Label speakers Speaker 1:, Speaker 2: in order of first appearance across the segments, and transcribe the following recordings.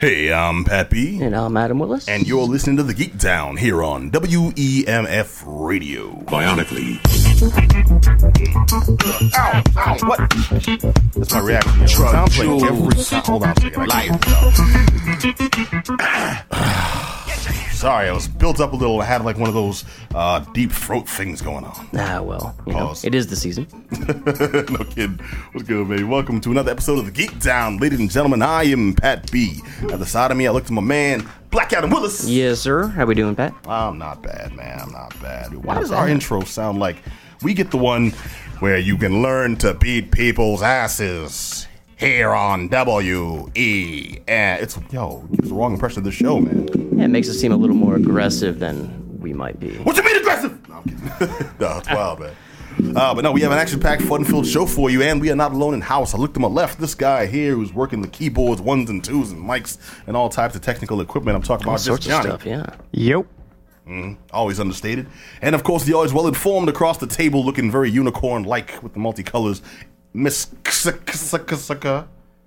Speaker 1: Hey, I'm Pat B.
Speaker 2: And I'm Adam Willis.
Speaker 1: And you're listening to The Geek Town here on WEMF Radio.
Speaker 3: Bionically.
Speaker 1: Ow, ow, what? That's my reaction. It sounds like every sound. Hold on a second. I can't- Sorry, I was built up a little. I had like one of those uh, deep throat things going on.
Speaker 2: Ah, well, you know,
Speaker 1: Pause.
Speaker 2: it is the season.
Speaker 1: no kidding. What's good, baby? Welcome to another episode of the Geek Down, ladies and gentlemen. I am Pat B. At the side of me, I look to my man, Black Adam Willis.
Speaker 2: Yes, sir. How we doing, Pat?
Speaker 1: I'm not bad, man. I'm not bad. Why
Speaker 2: Not
Speaker 1: does our
Speaker 2: bad.
Speaker 1: intro sound like we get the one where you can learn to beat people's asses here on W E? And it's yo, it's the wrong impression of the show, man.
Speaker 2: Yeah, it makes us seem a little more aggressive than we might be.
Speaker 1: What you mean aggressive? No, I'm kidding. no, it's wild, man. Uh, but no, we have an action-packed, fun-filled show for you, and we are not alone in house. I look to my left, this guy here who's working the keyboards, ones and twos, and mics, and all types of technical equipment. I'm talking
Speaker 2: All
Speaker 1: about just
Speaker 2: sorts
Speaker 1: Johnny,
Speaker 2: of stuff, yeah.
Speaker 4: Yep.
Speaker 1: always understated, and of course the always well-informed across the table, looking very unicorn-like with the multicolors. Miss Ksakasaka,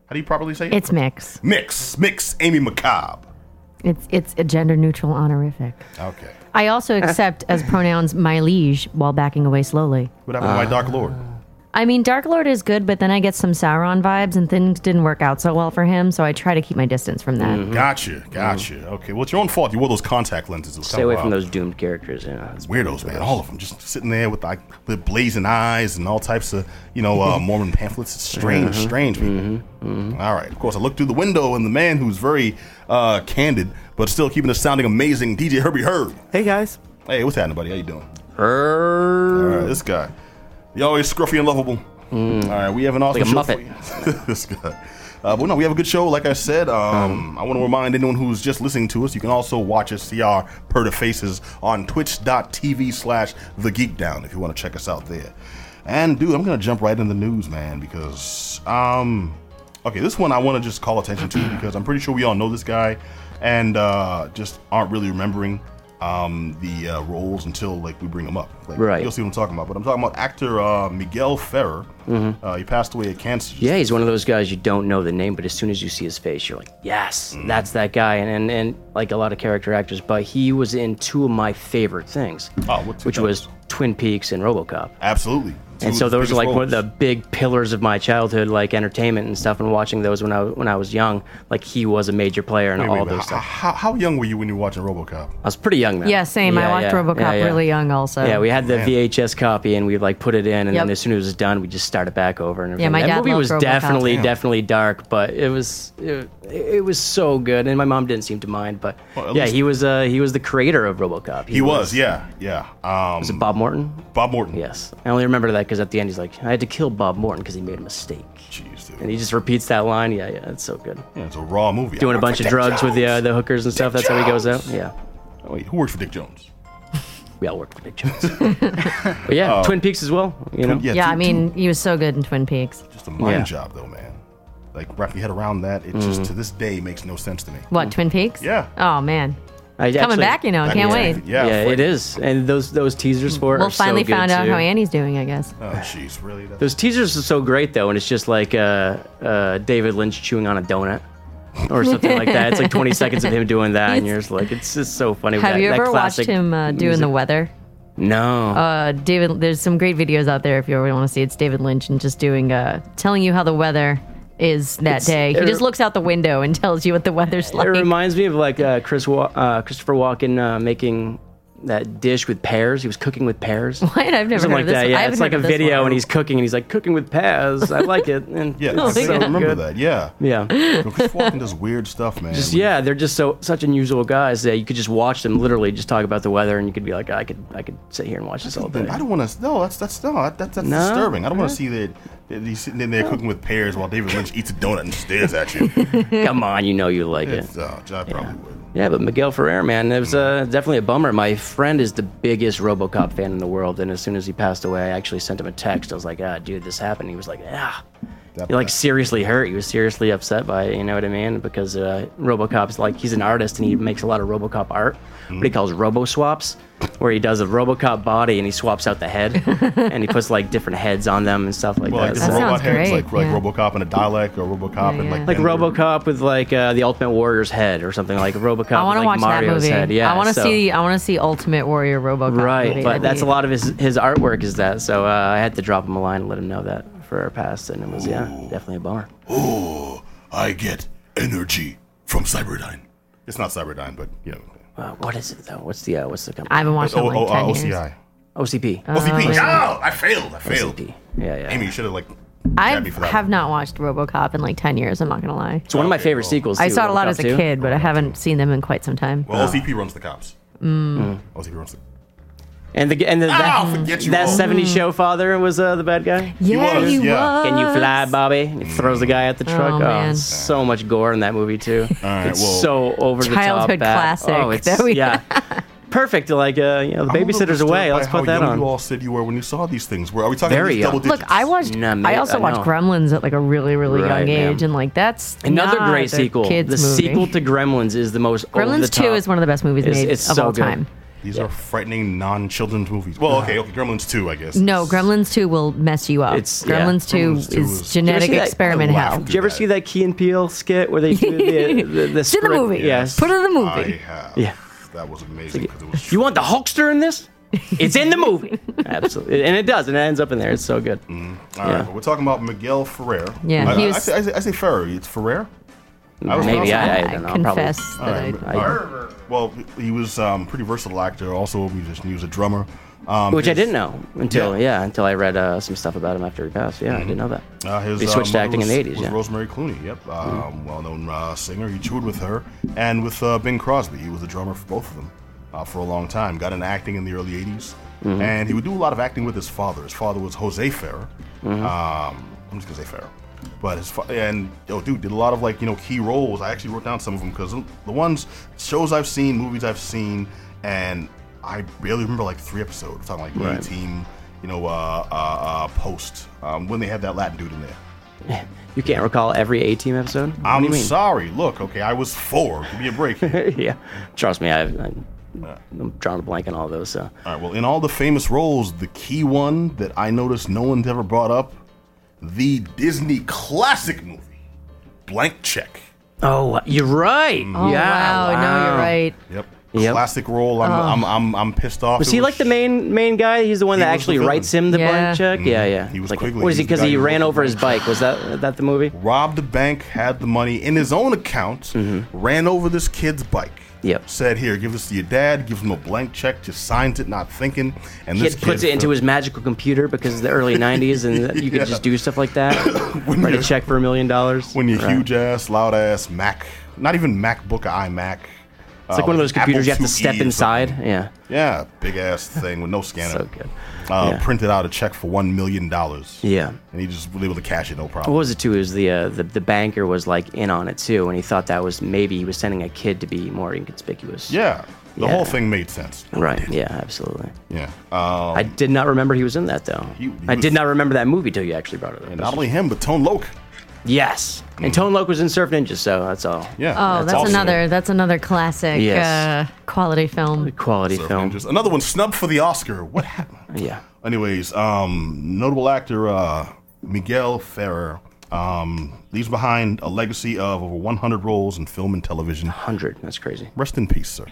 Speaker 1: how do you properly say it?
Speaker 5: It's mix.
Speaker 1: mix, mix, Amy McCobb.
Speaker 5: It's it's a gender neutral honorific.
Speaker 1: Okay,
Speaker 5: I also
Speaker 2: Uh.
Speaker 5: accept as pronouns my liege while backing away slowly.
Speaker 1: what happened to my Dark Lord?
Speaker 5: I mean, Dark Lord is good, but then I get some Sauron vibes, and things didn't work out so well for him, so I try to keep my distance from that.
Speaker 2: Mm-hmm.
Speaker 1: Gotcha, gotcha. Okay, well it's your own fault. You wore those contact lenses. It was
Speaker 2: Stay
Speaker 1: kinda
Speaker 2: away
Speaker 1: wild.
Speaker 2: from those doomed characters, you know. It's
Speaker 1: weirdos, man. All of them just sitting there with like with blazing eyes and all types of you know uh, Mormon pamphlets. It's strange, strange. people. All right, of course. I look through the window and the man who's very uh, candid but still keeping us sounding amazing, DJ Herbie Herb.
Speaker 4: Hey guys.
Speaker 1: Hey, what's happening, buddy? How you doing?
Speaker 2: Err.
Speaker 1: All right, this guy. He always scruffy and lovable. All right, we have an awesome
Speaker 2: Hmm. Like a
Speaker 1: show
Speaker 2: Muppet.
Speaker 1: for you. this guy. Uh, but no, we have a good show. Like I said, um, I want to remind anyone who's just listening to us, you can also watch us, see our Perda faces on twitch.tv slash The Geek Down if you want to check us out there. And, dude, I'm going to jump right into the news, man, because, um, okay, this one I want to just call attention to because I'm pretty sure we all know this guy and uh, just aren't really remembering um, the uh, roles until, like, we bring them up. Like,
Speaker 2: Right.
Speaker 1: You'll see what I'm talking about. But I'm talking about actor uh, Miguel Ferrer. Uh, he passed away of cancer.
Speaker 2: Mm-hmm. Yeah, he's one of those guys you don't know the name, but as soon as you see his face, you're like, yes,
Speaker 1: Mm-hmm.
Speaker 2: that's that guy. And, and and like a lot of character actors, but he was in two of my favorite things,
Speaker 1: Oh, what two
Speaker 2: which was Twin Peaks and RoboCop.
Speaker 1: Absolutely. Two
Speaker 2: and so
Speaker 1: of the
Speaker 2: those are like
Speaker 1: biggest
Speaker 2: one of the
Speaker 1: roles.
Speaker 2: big pillars of my childhood, like entertainment and stuff. And watching those when I when I was young, like he was a major player in
Speaker 1: Wait, wait,
Speaker 2: all
Speaker 1: wait,
Speaker 2: those
Speaker 1: h-
Speaker 2: stuff.
Speaker 1: How, how young were you when you were watching RoboCop?
Speaker 2: I was pretty young then.
Speaker 5: Yeah, same. I watched RoboCop really young also.
Speaker 2: Yeah, we had the
Speaker 1: Man.
Speaker 2: VHS copy and we'd like put it in, and
Speaker 5: Yep.
Speaker 2: then as soon as it was done, we just started back over. And everything.
Speaker 5: my
Speaker 2: that
Speaker 5: dad
Speaker 2: movie
Speaker 5: loved
Speaker 2: was
Speaker 5: RoboCop.
Speaker 2: definitely,
Speaker 1: Damn.
Speaker 2: definitely dark, but it was it, it was so good, and my mom didn't seem to mind. But
Speaker 1: Well, at
Speaker 2: yeah,
Speaker 1: least-
Speaker 2: he was uh, he was the creator of RoboCop.
Speaker 1: He was, yeah, yeah. Um,
Speaker 2: was it Bob Morton?
Speaker 1: Bob Morton.
Speaker 2: Yes, I only remember that because at the end he's like, "I had to kill Bob Morton because he made a mistake,"
Speaker 1: Jeez, dude.
Speaker 2: and he just repeats that line. Yeah, yeah, it's so good.
Speaker 1: Yeah, it's a raw movie.
Speaker 2: Doing
Speaker 1: I work
Speaker 2: a bunch
Speaker 1: for
Speaker 2: of
Speaker 1: Dick
Speaker 2: drugs with the uh,
Speaker 1: Jones.
Speaker 2: the hookers and stuff. That's how he goes out. Yeah,
Speaker 1: Oh, wait, who works for Dick Jones?
Speaker 2: we all work for Dick Jones. but yeah, Oh. Twin Peaks as well. You know,
Speaker 5: Yeah,
Speaker 1: dude,
Speaker 5: I mean, he was so good in Twin Peaks.
Speaker 1: dude, just a mind
Speaker 2: Yeah. Mm-hmm.
Speaker 1: job, though, man. Like, wrap your head around that. It just, to this day, makes no sense to me.
Speaker 5: What, Twin Peaks?
Speaker 1: Yeah.
Speaker 5: Oh, man.
Speaker 2: I
Speaker 5: Coming
Speaker 2: Mm. actually-
Speaker 5: back, you know,
Speaker 1: Back
Speaker 5: can't
Speaker 1: in
Speaker 5: wait.
Speaker 1: 90. Yeah,
Speaker 2: Yeah, it
Speaker 1: freaking-
Speaker 2: is. And those those teasers for it
Speaker 5: We'll
Speaker 2: are so
Speaker 5: finally
Speaker 2: good,
Speaker 5: found out
Speaker 2: too.
Speaker 5: how Annie's doing, I guess.
Speaker 1: Oh, jeez, really? That's-
Speaker 2: Those teasers are so great though, and it's just like uh, uh, David Lynch chewing on a donut or something like that. It's like 20 seconds of him doing that, and you're just like, it's just so funny. with
Speaker 5: Have
Speaker 2: that,
Speaker 5: you
Speaker 2: that
Speaker 5: ever watched
Speaker 2: classic
Speaker 5: him uh, doing
Speaker 2: music.
Speaker 5: the weather?
Speaker 2: No.
Speaker 5: Uh, David, there's some great videos out there if you ever want to see. It's David Lynch and just doing, uh, telling you how the weather is that
Speaker 2: It's-
Speaker 5: day. He
Speaker 2: it-
Speaker 5: just looks out the window and tells you what the weather's like.
Speaker 2: it reminds me of like uh, Chris Wa- uh, Christopher Walken uh, making that dish with pears. He was cooking with pears.
Speaker 5: What? I've never
Speaker 2: Something
Speaker 5: heard
Speaker 2: like
Speaker 5: of this.
Speaker 2: that.
Speaker 5: one. I
Speaker 2: Yeah,
Speaker 5: haven't
Speaker 2: it's like a
Speaker 5: heard of this
Speaker 2: video,
Speaker 5: one.
Speaker 2: and he's cooking, and he's like cooking with pears. I like it. And
Speaker 1: yeah,
Speaker 5: Oh,
Speaker 2: it's
Speaker 1: I
Speaker 2: so
Speaker 1: still remember
Speaker 2: good.
Speaker 1: that. Yeah.
Speaker 2: Yeah.
Speaker 1: Chris Walken does weird stuff, man.
Speaker 2: Just- yeah, they're just so such unusual guys that you could just watch them literally just talk about the weather, and you could be like, I could I could sit here and watch this
Speaker 5: Oh,
Speaker 2: all day.
Speaker 1: I don't want to. No, that's that's no, that, that's
Speaker 2: No?
Speaker 1: disturbing. I don't want to see that, that he's sitting in there cooking with pears while David Lynch eats a donut and stares at you.
Speaker 2: Come on, you know you like it.
Speaker 1: so, I probably would.
Speaker 2: Yeah, but Miguel Ferrer, man, it was uh,
Speaker 1: Mm.
Speaker 2: definitely a bummer. My friend is the biggest RoboCop fan in the world, and as soon as he passed away, I actually sent him a text. I was like, Ah, dude, this happened. He was like, Ah,
Speaker 1: That-
Speaker 2: He, like seriously hurt. He was seriously upset by it. You know what I mean? Because uh, RoboCop's like he's an artist and he makes a lot of RoboCop art. What
Speaker 1: Mm.
Speaker 2: he calls Robo swaps, where he does a RoboCop body and he swaps out the head and he puts like different heads on them and stuff like
Speaker 1: well, like
Speaker 2: that.
Speaker 1: different
Speaker 5: That
Speaker 1: robot
Speaker 5: sounds
Speaker 1: heads,
Speaker 5: great,
Speaker 1: like like
Speaker 5: yeah.
Speaker 1: RoboCop and a dialect, or RoboCop
Speaker 5: Yeah,
Speaker 1: and like
Speaker 5: yeah.
Speaker 2: like
Speaker 1: Bender.
Speaker 2: RoboCop with like uh, the Ultimate Warrior's head or something like RoboCop.
Speaker 5: I want
Speaker 2: with, like,
Speaker 5: to watch
Speaker 2: Mario's
Speaker 5: that movie.
Speaker 2: Head. Yeah,
Speaker 5: I want to
Speaker 2: so-
Speaker 5: see. I want to see Ultimate Warrior RoboCop.
Speaker 2: Right,
Speaker 5: movie.
Speaker 2: but
Speaker 5: That'd
Speaker 2: that's
Speaker 5: be-
Speaker 2: a lot of his his artwork is that. So uh, I had to drop him a line and let him know that for our past, and it was yeah, definitely a bummer.
Speaker 1: Oh, I get energy from Cyberdyne. It's not Cyberdyne, but you know,
Speaker 2: Uh, what is it though? What's the uh, what's the
Speaker 5: I
Speaker 2: company?
Speaker 5: haven't watched it in
Speaker 1: O-
Speaker 5: like
Speaker 1: O-
Speaker 5: ten
Speaker 1: uh,
Speaker 5: years. Uh,
Speaker 1: OCI.
Speaker 2: OCP.
Speaker 1: OCP. Oh, I failed. I failed.
Speaker 2: OCP. Yeah, yeah.
Speaker 1: Amy, you should have like.
Speaker 5: I
Speaker 1: jabbed me for that
Speaker 5: have
Speaker 1: one.
Speaker 5: not watched RoboCop in like ten years. I'm not gonna lie.
Speaker 2: It's one of my favorite sequels.
Speaker 5: I
Speaker 2: too,
Speaker 5: saw it a lot
Speaker 2: RoboCop
Speaker 5: as a
Speaker 2: 2.
Speaker 5: kid, but I haven't seen them in quite some time.
Speaker 1: Well, OCP
Speaker 5: Uh.
Speaker 1: runs the cops.
Speaker 5: Mm.
Speaker 1: OCP runs the.
Speaker 2: And the and the, that,
Speaker 1: I'll Ah, forget you
Speaker 2: that
Speaker 5: Mm.
Speaker 1: all.
Speaker 2: '70s show father was uh, the bad guy.
Speaker 5: yeah,
Speaker 1: was,
Speaker 5: you
Speaker 1: yeah.
Speaker 5: was.
Speaker 2: Can you fly, Bobby? And he throws the guy at the truck. Oh,
Speaker 5: man.
Speaker 2: so much gore in that movie too.
Speaker 1: right,
Speaker 2: it's
Speaker 1: well-
Speaker 2: so over the top.
Speaker 5: Childhood
Speaker 2: bad.
Speaker 5: classic
Speaker 2: Oh, it's
Speaker 5: that we-
Speaker 2: yeah. Perfect. Like uh, you know,
Speaker 1: I'm
Speaker 2: the
Speaker 1: a little
Speaker 2: babysitter's
Speaker 1: disturbed
Speaker 2: away.
Speaker 1: by
Speaker 2: Let's
Speaker 1: how
Speaker 2: put that
Speaker 1: young
Speaker 2: on.
Speaker 1: You all said you were when you saw these things. Were are we talking
Speaker 2: Very
Speaker 1: about double
Speaker 2: young.
Speaker 1: digits?
Speaker 5: Look, I watched.
Speaker 2: Nah, mate,
Speaker 5: I also
Speaker 2: I
Speaker 5: watched
Speaker 2: know.
Speaker 5: Gremlins at like a really, really
Speaker 2: Right,
Speaker 5: young
Speaker 2: ma'am.
Speaker 5: age, and like that's
Speaker 2: Another
Speaker 5: not
Speaker 2: great
Speaker 5: a
Speaker 2: sequel.
Speaker 5: Kids
Speaker 2: the
Speaker 5: movie.
Speaker 2: sequel to Gremlins is the most.
Speaker 5: Gremlins
Speaker 2: over the
Speaker 5: Two is one of the best movies
Speaker 2: It's-
Speaker 5: made
Speaker 2: it's
Speaker 5: of
Speaker 2: so
Speaker 5: all
Speaker 2: good.
Speaker 5: time.
Speaker 1: These are frightening non-children's movies. Well, okay, okay, Gremlins two, I guess.
Speaker 5: No, Gremlins Two will mess you up.
Speaker 2: It's- yeah.
Speaker 5: Gremlins
Speaker 1: Gremlins
Speaker 5: Two
Speaker 1: 2
Speaker 5: is
Speaker 1: was-
Speaker 5: genetic
Speaker 2: Did you see that?
Speaker 5: experiment
Speaker 1: Oh, wow.
Speaker 5: hell.
Speaker 2: Did you ever see that Key and Peele skit where they do the the, the, the
Speaker 5: It's in the
Speaker 2: script?
Speaker 5: movie.
Speaker 2: Yes.
Speaker 5: Put it in the
Speaker 1: I
Speaker 5: movie.
Speaker 1: have.
Speaker 2: Yeah.
Speaker 1: That was amazing because it was.
Speaker 2: You want the Hulkster in this? It's in the movie. Absolutely, and it does, and it ends up in there. It's so good.
Speaker 1: All right,
Speaker 2: Yeah.
Speaker 1: but we're talking about Miguel Ferrer.
Speaker 5: Yeah,
Speaker 1: I,
Speaker 5: he
Speaker 1: I-
Speaker 5: was-
Speaker 1: I say, I, say, I say Ferrer. It's Ferrer. I was wrong.
Speaker 2: Maybe I, I
Speaker 5: I
Speaker 2: don't know. I'm probably-
Speaker 5: confess
Speaker 1: All
Speaker 5: that
Speaker 1: right,
Speaker 5: I,
Speaker 1: but- all right. Well, he was um, pretty versatile actor, also a musician. He was a drummer. Um,
Speaker 2: which I
Speaker 1: his-
Speaker 2: didn't know until
Speaker 1: Yeah.
Speaker 2: yeah, Mm-hmm. until I read uh, some stuff about him after he passed. Yeah, I didn't know that.
Speaker 1: Uh, his,
Speaker 2: he
Speaker 1: uh,
Speaker 2: switched to
Speaker 1: mother
Speaker 2: acting
Speaker 1: was,
Speaker 2: in the 80s.
Speaker 1: Was
Speaker 2: Yeah.
Speaker 1: Rosemary Clooney, yep, um, well-known uh, singer. He toured with her and with uh, Bing Crosby. He was a drummer for both of them uh, for a long time. Got into acting in the early '80s, and he would do a lot of acting with his father. His father was Jose Ferrer. Um, I'm just gonna say Ferrer, but his fa- and oh, dude did a lot of like you know key roles. I actually wrote down some of them because the ones shows I've seen, movies I've seen, and I barely remember like three episodes. Talking like
Speaker 2: Right.
Speaker 1: team. You know, uh, uh, uh, post um, when they had that Latin dude in there.
Speaker 2: You can't recall every A Team episode.
Speaker 1: I'm
Speaker 2: what do you mean?
Speaker 1: sorry. Look, okay, I was four. Give me a break. Uh, all
Speaker 2: yeah, trust me, I've, I'm, I'm drawing a blank on all those. So
Speaker 1: right. Well, in all the famous roles, the key one that I noticed no one's ever brought up, the Disney classic movie, Blank Check.
Speaker 2: oh, you're right.
Speaker 5: oh
Speaker 2: yeah,
Speaker 5: wow, no, you're right.
Speaker 1: Yep.
Speaker 2: Yep. Oh.
Speaker 1: Classic role. I'm, I'm, I'm, I'm pissed off.
Speaker 2: Was
Speaker 1: It
Speaker 2: he like the main main guy? He's the one
Speaker 1: He was
Speaker 2: that
Speaker 1: the
Speaker 2: actually
Speaker 1: villain. Mm-hmm.
Speaker 2: writes him the
Speaker 5: Yeah.
Speaker 2: blank check. Yeah, yeah.
Speaker 1: He was
Speaker 2: like,
Speaker 1: Quigley.
Speaker 2: What is he?
Speaker 1: He's the
Speaker 2: Because
Speaker 1: guy
Speaker 2: he
Speaker 1: who
Speaker 2: ran
Speaker 1: wrote
Speaker 2: over
Speaker 1: the
Speaker 2: his bike. Was that that the movie?
Speaker 1: robbed the bank, had the money in his own account, ran over this kid's bike.
Speaker 2: Mm-hmm. Yep.
Speaker 1: Said, "Here, give this to your dad." Gives him a blank check. Just signs it, not thinking. And this
Speaker 2: Kid puts
Speaker 1: kid
Speaker 2: it into his magical computer because of the early '90s, and you could
Speaker 1: Yeah.
Speaker 2: just do stuff like that.
Speaker 1: When
Speaker 2: Write a
Speaker 1: you-
Speaker 2: check for a million dollars.
Speaker 1: when your
Speaker 2: Right.
Speaker 1: huge ass, loud ass Mac, not even MacBook, iMac. uh,
Speaker 2: It's like one of those computers you have
Speaker 1: E
Speaker 2: to step inside. Yeah.
Speaker 1: Yeah, big ass thing with no scanner.
Speaker 2: So good.
Speaker 1: Uh,
Speaker 2: Yeah.
Speaker 1: Printed out a check for one million dollars.
Speaker 2: Yeah.
Speaker 1: and he just was able to cash it no
Speaker 2: What
Speaker 1: problem.
Speaker 2: was it too? Is the, uh, the the banker was like in on it too, and he thought that was maybe he was sending a kid to be more inconspicuous.
Speaker 1: Yeah, the
Speaker 2: Yeah.
Speaker 1: whole thing made sense.
Speaker 2: Right. Yeah. Absolutely.
Speaker 1: Yeah. Um,
Speaker 2: I did not remember he was in that though.
Speaker 1: He- he
Speaker 2: I
Speaker 1: was-
Speaker 2: did not remember that movie till you actually brought it up.
Speaker 1: not only him, but Tone Loke.
Speaker 2: Yes. And Tone Loc was in Surf Ninjas, so that's all.
Speaker 1: Yeah.
Speaker 5: Oh, that's,
Speaker 1: awesome.
Speaker 5: another. That's another classic
Speaker 2: Yes.
Speaker 5: uh, quality film.
Speaker 2: Quality
Speaker 1: So,
Speaker 2: film.
Speaker 1: just- another one snubbed for the Oscar. What happened?
Speaker 2: Yeah.
Speaker 1: Anyways, um, notable actor uh, Miguel Ferrer um, leaves behind a legacy of over 100 roles in film and television.
Speaker 2: 100. That's crazy.
Speaker 1: Rest in peace, sir.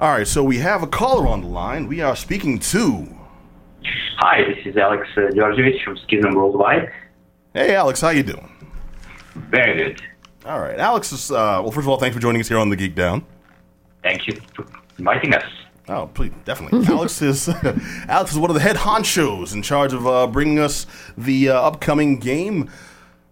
Speaker 1: All right, so we have a caller on the line. We are speaking to.
Speaker 3: Hi, this is Alex uh, Georgievich from Schism Worldwide.
Speaker 1: Hey, Alex, how you doing?
Speaker 3: Very good.
Speaker 1: All right, Alex is. Uh, well, first of all, thanks for joining us here on the Geek Down.
Speaker 3: Thank you for inviting us.
Speaker 1: Oh, please, definitely. Alex is Alex is one of the head honchos in charge of uh, bringing us the uh, upcoming game.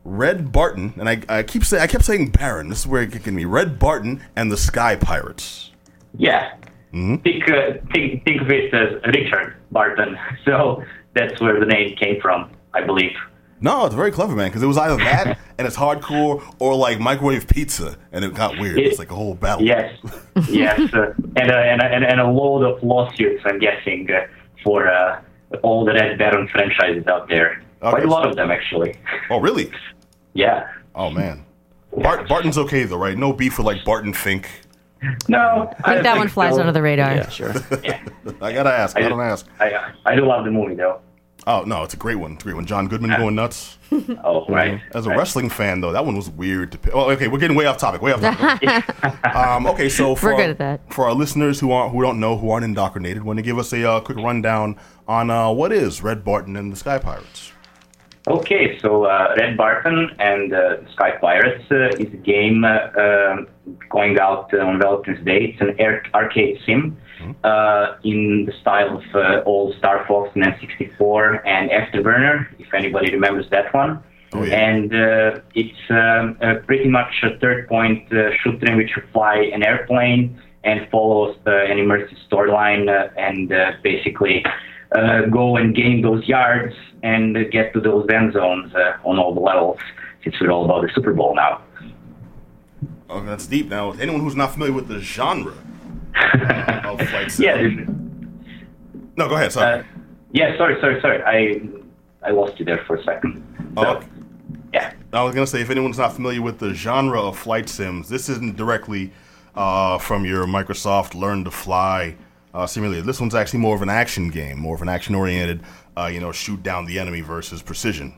Speaker 1: Red Barton, and I, I keep saying I kept saying Baron. This is where it kicking me. Red Barton and the Sky Pirates.
Speaker 3: Yeah. Think, uh, think, think of it as Richard Barton. So that's where the name came from, I believe.
Speaker 1: No, it's very clever, man. Because it was either that and it's hardcore or like microwave pizza, and it got weird. It's like a whole battle.
Speaker 3: Yes. yes. Uh, and, uh, and, uh, and, and a load of lawsuits, I'm guessing, uh, for uh, all the Red Baron franchises out there. Quite
Speaker 1: Okay.
Speaker 3: a lot of them, actually.
Speaker 1: Oh, really?
Speaker 3: Yeah.
Speaker 1: Oh man. Bart, Barton's okay though, right? No beef with like Barton Fink.
Speaker 3: No, I
Speaker 5: I think that one flies
Speaker 3: so.
Speaker 5: under the radar.
Speaker 2: Yeah, sure.
Speaker 1: I gotta ask. I, don't ask.
Speaker 3: I, I do love the movie though.
Speaker 1: Oh no, it's a great one. It's a great one. John Goodman going nuts.
Speaker 3: Oh, right.
Speaker 1: As a
Speaker 3: right.
Speaker 1: wrestling fan though, that one was weird to. Pick. Well, okay, we're getting way off topic. Way off topic. um, okay, so for
Speaker 5: We're good
Speaker 1: our-
Speaker 5: at that.
Speaker 1: for our listeners who aren't who don't know who aren't indoctrinated, want to give us a uh, quick rundown on uh, what is Red Barton and the Sky Pirates?
Speaker 3: Okay, so uh, Red Barton and uh, Sky Pirates uh, is a game uh, um going out uh, on Valentine's Day. It's an air- arcade sim
Speaker 1: Hmm.
Speaker 3: uh, in the style of uh, old Star Fox and N64 and Afterburner, if anybody remembers that one.
Speaker 1: Oh, yeah.
Speaker 3: And uh, it's um, uh, pretty much a third point uh, shooter in which you fly an airplane and follows uh, an immersive storyline uh, and uh, basically uh, go and gain those yards and uh, get to those end zones uh, on all the levels since we're all about the Super Bowl now.
Speaker 1: Oh, that's deep. Now, anyone who's not familiar with the genre uh, of Flight Sim.
Speaker 3: Yeah,
Speaker 1: No, go ahead.
Speaker 3: uh,
Speaker 1: Sorry.
Speaker 3: yeah. Sorry, sorry, sorry. I I lost you there for a second. So,
Speaker 1: Oh,
Speaker 3: yeah.
Speaker 1: I was gonna say, if anyone's not familiar with the genre of flight sims, this isn't directly uh, from your Microsoft Learn to Fly uh, simulator. This one's actually more of an action game, more of an action-oriented, uh, you know, shoot down the enemy versus precision.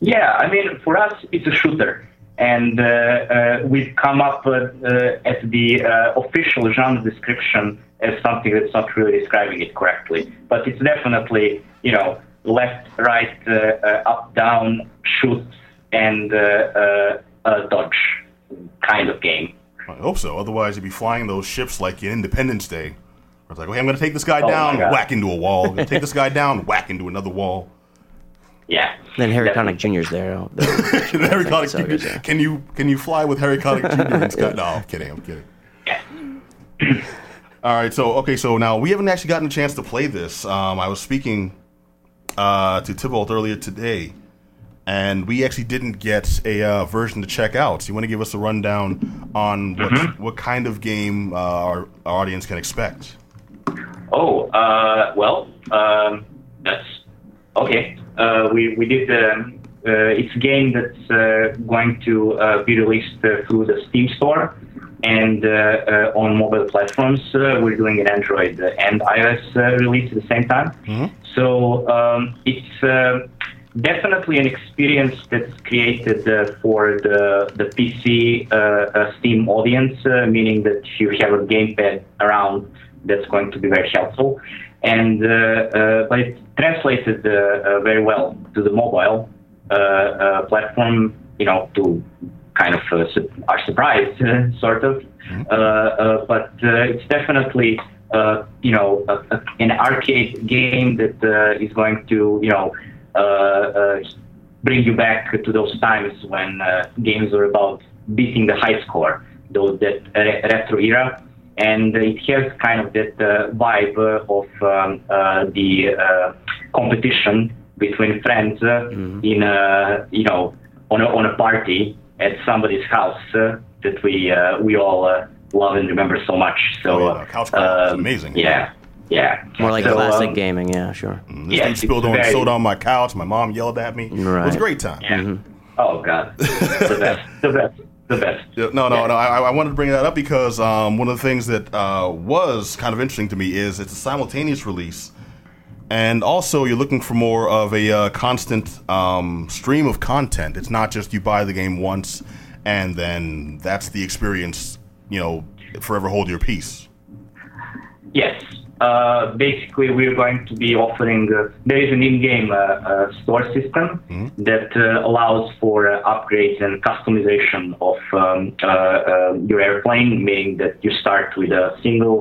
Speaker 3: Yeah, I mean, for us, it's a shooter. And uh, uh, we've come up uh, uh, at the uh, official genre description as something that's not really describing it correctly. But it's definitely, you know, left, right, uh, uh, up, down, shoot, and uh, uh, uh, dodge kind of game.
Speaker 1: I hope so. Otherwise, you'd be flying those ships like in Independence Day. Where it's like, okay, I'm gonna take this guy
Speaker 3: Oh my
Speaker 1: down,
Speaker 3: God.
Speaker 1: whack into a wall. I'm gonna take this guy down, whack into another wall.
Speaker 3: Yeah.
Speaker 2: Then Harry
Speaker 3: Definitely.
Speaker 2: Connick Jr.'s there. Oh, the-
Speaker 1: And Harry Connick,
Speaker 2: so,
Speaker 1: Jr.,
Speaker 2: yeah.
Speaker 1: can you can you fly with Harry Connick Jr. and Scott? No, I'm kidding. I'm kidding. All right, so okay, so now we haven't actually gotten a chance to play this. Um, I was speaking uh, to Tybalt earlier today, and we actually didn't get a uh, version to check out. So you want to give us a rundown on what
Speaker 3: Mm-hmm.
Speaker 1: what kind of game uh, our, our audience can expect?
Speaker 3: Oh, uh, well, um, that's okay. Uh, we, we did, um, uh, it's a game that's uh, going to uh, be released uh, through the Steam store and uh, uh, on mobile platforms. Uh, we're doing an Android and iOS uh, release at the same time. So um, it's uh, definitely an experience that's created uh, for the the PC uh, uh, Steam audience, uh, meaning that you have a gamepad around that's going to be very helpful, and uh, uh, but it translated uh, uh, very well to the mobile uh, uh, platform. You know, to kind of uh, su- are surprised, uh, sort of. Uh, uh, but uh, it's definitely uh, you know a, a, an arcade game that uh, is going to you know uh, uh, bring you back to those times when uh, games were about beating the high score, those that re- retro era. And it has kind of that uh, vibe uh, of um, uh, the uh, competition between friends uh,
Speaker 1: Mm-hmm.
Speaker 3: in a you know on a, on a party at somebody's house uh, that we uh, we all uh, love and remember so much. So
Speaker 1: Oh, yeah,
Speaker 3: uh,
Speaker 1: couch co-op is
Speaker 3: um,
Speaker 1: amazing.
Speaker 3: Yeah, yeah.
Speaker 2: more like
Speaker 3: So,
Speaker 2: classic
Speaker 3: um,
Speaker 2: gaming. Yeah, sure.
Speaker 1: This
Speaker 3: yeah,
Speaker 1: dude
Speaker 3: it's
Speaker 1: spilled on
Speaker 3: very-
Speaker 1: soda on my couch. My mom yelled at me. It was a
Speaker 2: Right.
Speaker 1: great time.
Speaker 3: Yeah. Oh God, the best, the best, the best.
Speaker 1: Yeah, No, no, no. I, I wanted to bring that up because um, one of the things that uh, was kind of interesting to me is it's a simultaneous release, and also you're looking for more of a uh, constant um, stream of content. It's not just you buy the game once and then that's the experience. You know, forever hold your peace.
Speaker 3: Yes. Uh, basically, we're going to be offering. Uh, there is an in-game uh, uh, store system that uh, allows for uh, upgrades and customization of um, uh, uh, your airplane, meaning that you start with a single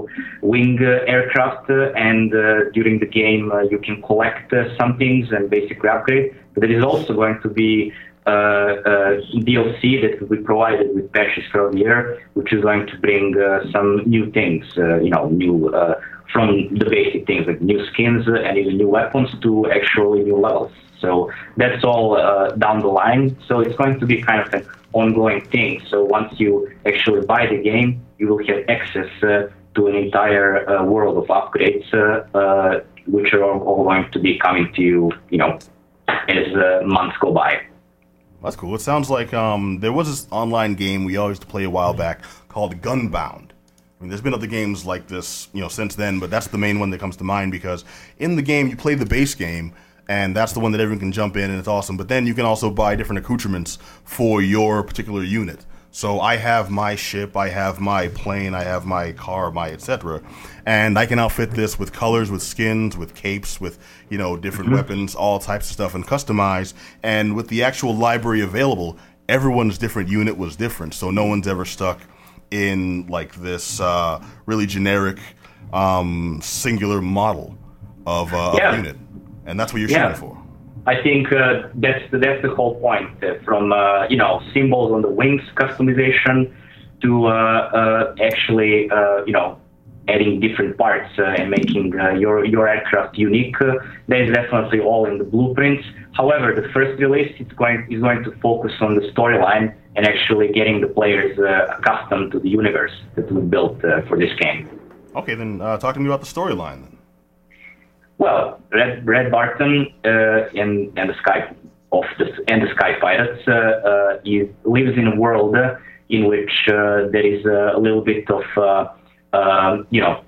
Speaker 3: wing uh, aircraft, uh, and uh, during the game uh, you can collect uh, some things and basically upgrade. But there is also going to be uh, uh, DLC that will be provided with patches throughout the year, which is going to bring uh, some new things, uh, you know, new uh, from the basic things like new skins uh, and even new weapons to actually new levels. So that's all uh, down the line. So it's going to be kind of an ongoing thing. So once you actually buy the game, you will have access uh, to an entire uh, world of upgrades, uh, uh, which are all all going to be coming to you, you know, as uh, months go by.
Speaker 1: That's cool. It sounds like um, there was this online game we all used to play a while back called Gunbound. I mean, there's been other games like this, you know, since then, but that's the main one that comes to mind because in the game you play the base game, and that's the one that everyone can jump in, and it's awesome. But then you can also buy different accoutrements for your particular unit. So I have my ship, I have my plane, I have my car, my etc. And I can outfit this with colors, with skins, with capes, with you know different
Speaker 3: Mm-hmm.
Speaker 1: weapons, all types of stuff, and customize. And with the actual library available, everyone's different unit was different, so no one's ever stuck in like this uh, really generic um, singular model of uh,
Speaker 3: Yeah.
Speaker 1: a unit, and that's what you're
Speaker 3: Yeah.
Speaker 1: shooting for.
Speaker 3: I think uh, that's that's the whole point. Uh, from uh, you know symbols on the wings customization to uh, uh, actually uh, you know adding different parts uh, and making uh, your your aircraft unique. Uh, that is definitely all in the blueprints. However, the first release is going is going to focus on the storyline and actually getting the players uh, accustomed to the universe that we built uh, for this game.
Speaker 1: Okay, then uh, talk to me about the storyline. Then
Speaker 3: Well, Red, Red Barton uh, and, and the Sky of the and the Sky Pirates uh, uh, is, lives in a world uh, in which uh, there is a little bit of uh, um, you know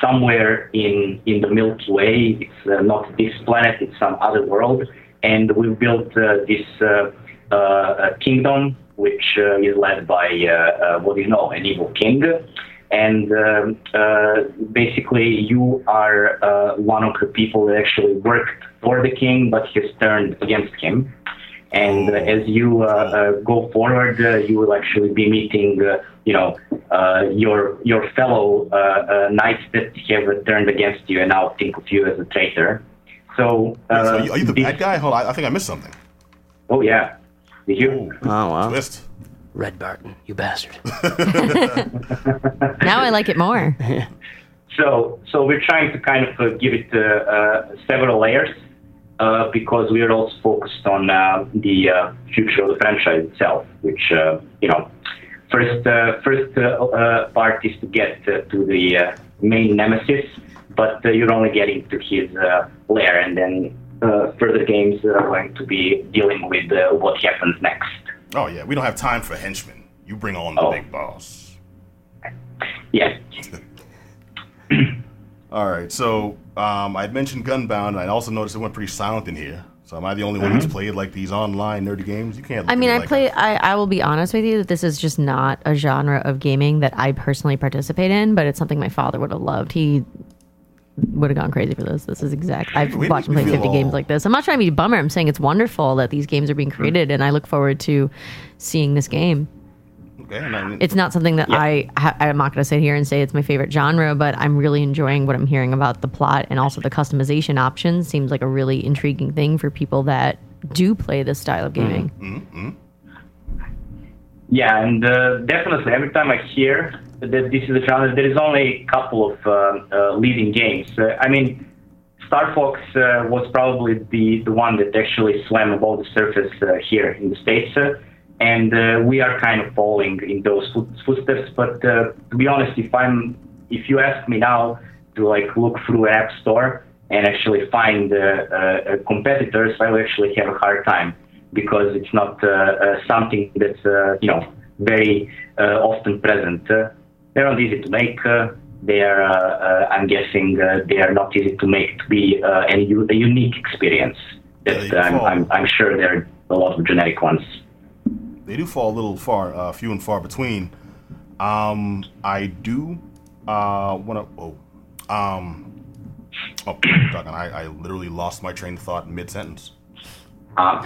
Speaker 3: somewhere in in the Milky Way. It's uh, not this planet; it's some other world, and we built uh, this uh, uh, uh, kingdom which uh, is led by uh, uh, what do you know, an evil king. And um, uh, basically, you are uh, one of the people that actually worked for the king, but has turned against him. And uh, as you uh, uh, go forward, uh, you will actually be meeting, uh, you know, uh, your your fellow uh, uh, knights that have turned against you and now think of you as a traitor. So, uh,
Speaker 1: so are, you, are you the
Speaker 3: this-
Speaker 1: bad guy? Hold on, I, I think I missed something.
Speaker 3: Oh yeah, did you?
Speaker 1: Oh,
Speaker 2: Oh, wow.
Speaker 1: twist.
Speaker 2: Red Barton, you bastard.
Speaker 5: Now I like it more.
Speaker 3: So, so we're trying to kind of uh, give it uh, uh, several layers uh, because we are also focused on uh, the uh, future of the franchise itself, which uh, you know, first uh, first uh, uh, part is to get uh, to the uh, main nemesis, but uh, you're only getting to his uh, lair, and then uh, further games are going to be dealing with uh, what happens next.
Speaker 1: Oh yeah, we don't have time for henchmen. You bring on the
Speaker 3: Oh.
Speaker 1: big boss.
Speaker 3: Yeah.
Speaker 1: All right, so um, I'd mentioned Gunbound, and I also noticed it went pretty silent in here. So am I the only one
Speaker 3: Mm-hmm.
Speaker 1: who's played like these online nerdy games? You can't. look
Speaker 5: I
Speaker 1: at
Speaker 5: mean,
Speaker 1: me
Speaker 5: I
Speaker 1: like
Speaker 5: play.
Speaker 1: that.
Speaker 5: I, I will be honest with you that this is just not a genre of gaming that I personally participate in, but it's something my father would have loved. He would have gone crazy for this. This is exact. I've
Speaker 1: Wait,
Speaker 5: watched him
Speaker 1: we
Speaker 5: play 50
Speaker 1: feel
Speaker 5: games
Speaker 1: all- Mm-hmm.
Speaker 5: like this. I'm not trying to be a bummer. I'm saying it's wonderful that these games are being created, and I look forward to seeing this game.
Speaker 1: Okay, and I mean,
Speaker 5: It's not something that I I I'm not going to sit here and say it's my favorite genre, but I'm really enjoying what I'm hearing about the plot and also the customization options. Seems like a really intriguing thing for people that do play this style of
Speaker 1: Mm-hmm.
Speaker 5: gaming.
Speaker 3: Yeah, and uh, definitely every time I hear that this is a genre, there is only a couple of um uh, leading games. Uh, I mean, Star Fox uh, was probably the, the one that actually swam above the surface uh, here in the States. Uh, and uh, we are kind of following in those foot- footsteps. But uh, to be honest, if I'm if you ask me now to like look through an app store and actually find uh, uh, uh, competitors, I will actually have a hard time because it's not uh, uh, something that's uh, you know very uh, often present. Uh, they're not easy to make. Uh, they are, uh, uh, I'm guessing, uh, they are not easy to make to be uh, a, u- a unique experience.
Speaker 1: Yeah,
Speaker 3: That
Speaker 1: you
Speaker 3: I'm,
Speaker 1: fall.
Speaker 3: I'm, I'm sure there are a lot of generic ones.
Speaker 1: they do fall a little far, uh, few and far between. Um, I do uh, want to. Oh, um, oh, talking. I, I literally lost my train of thought mid sentence.
Speaker 3: Uh,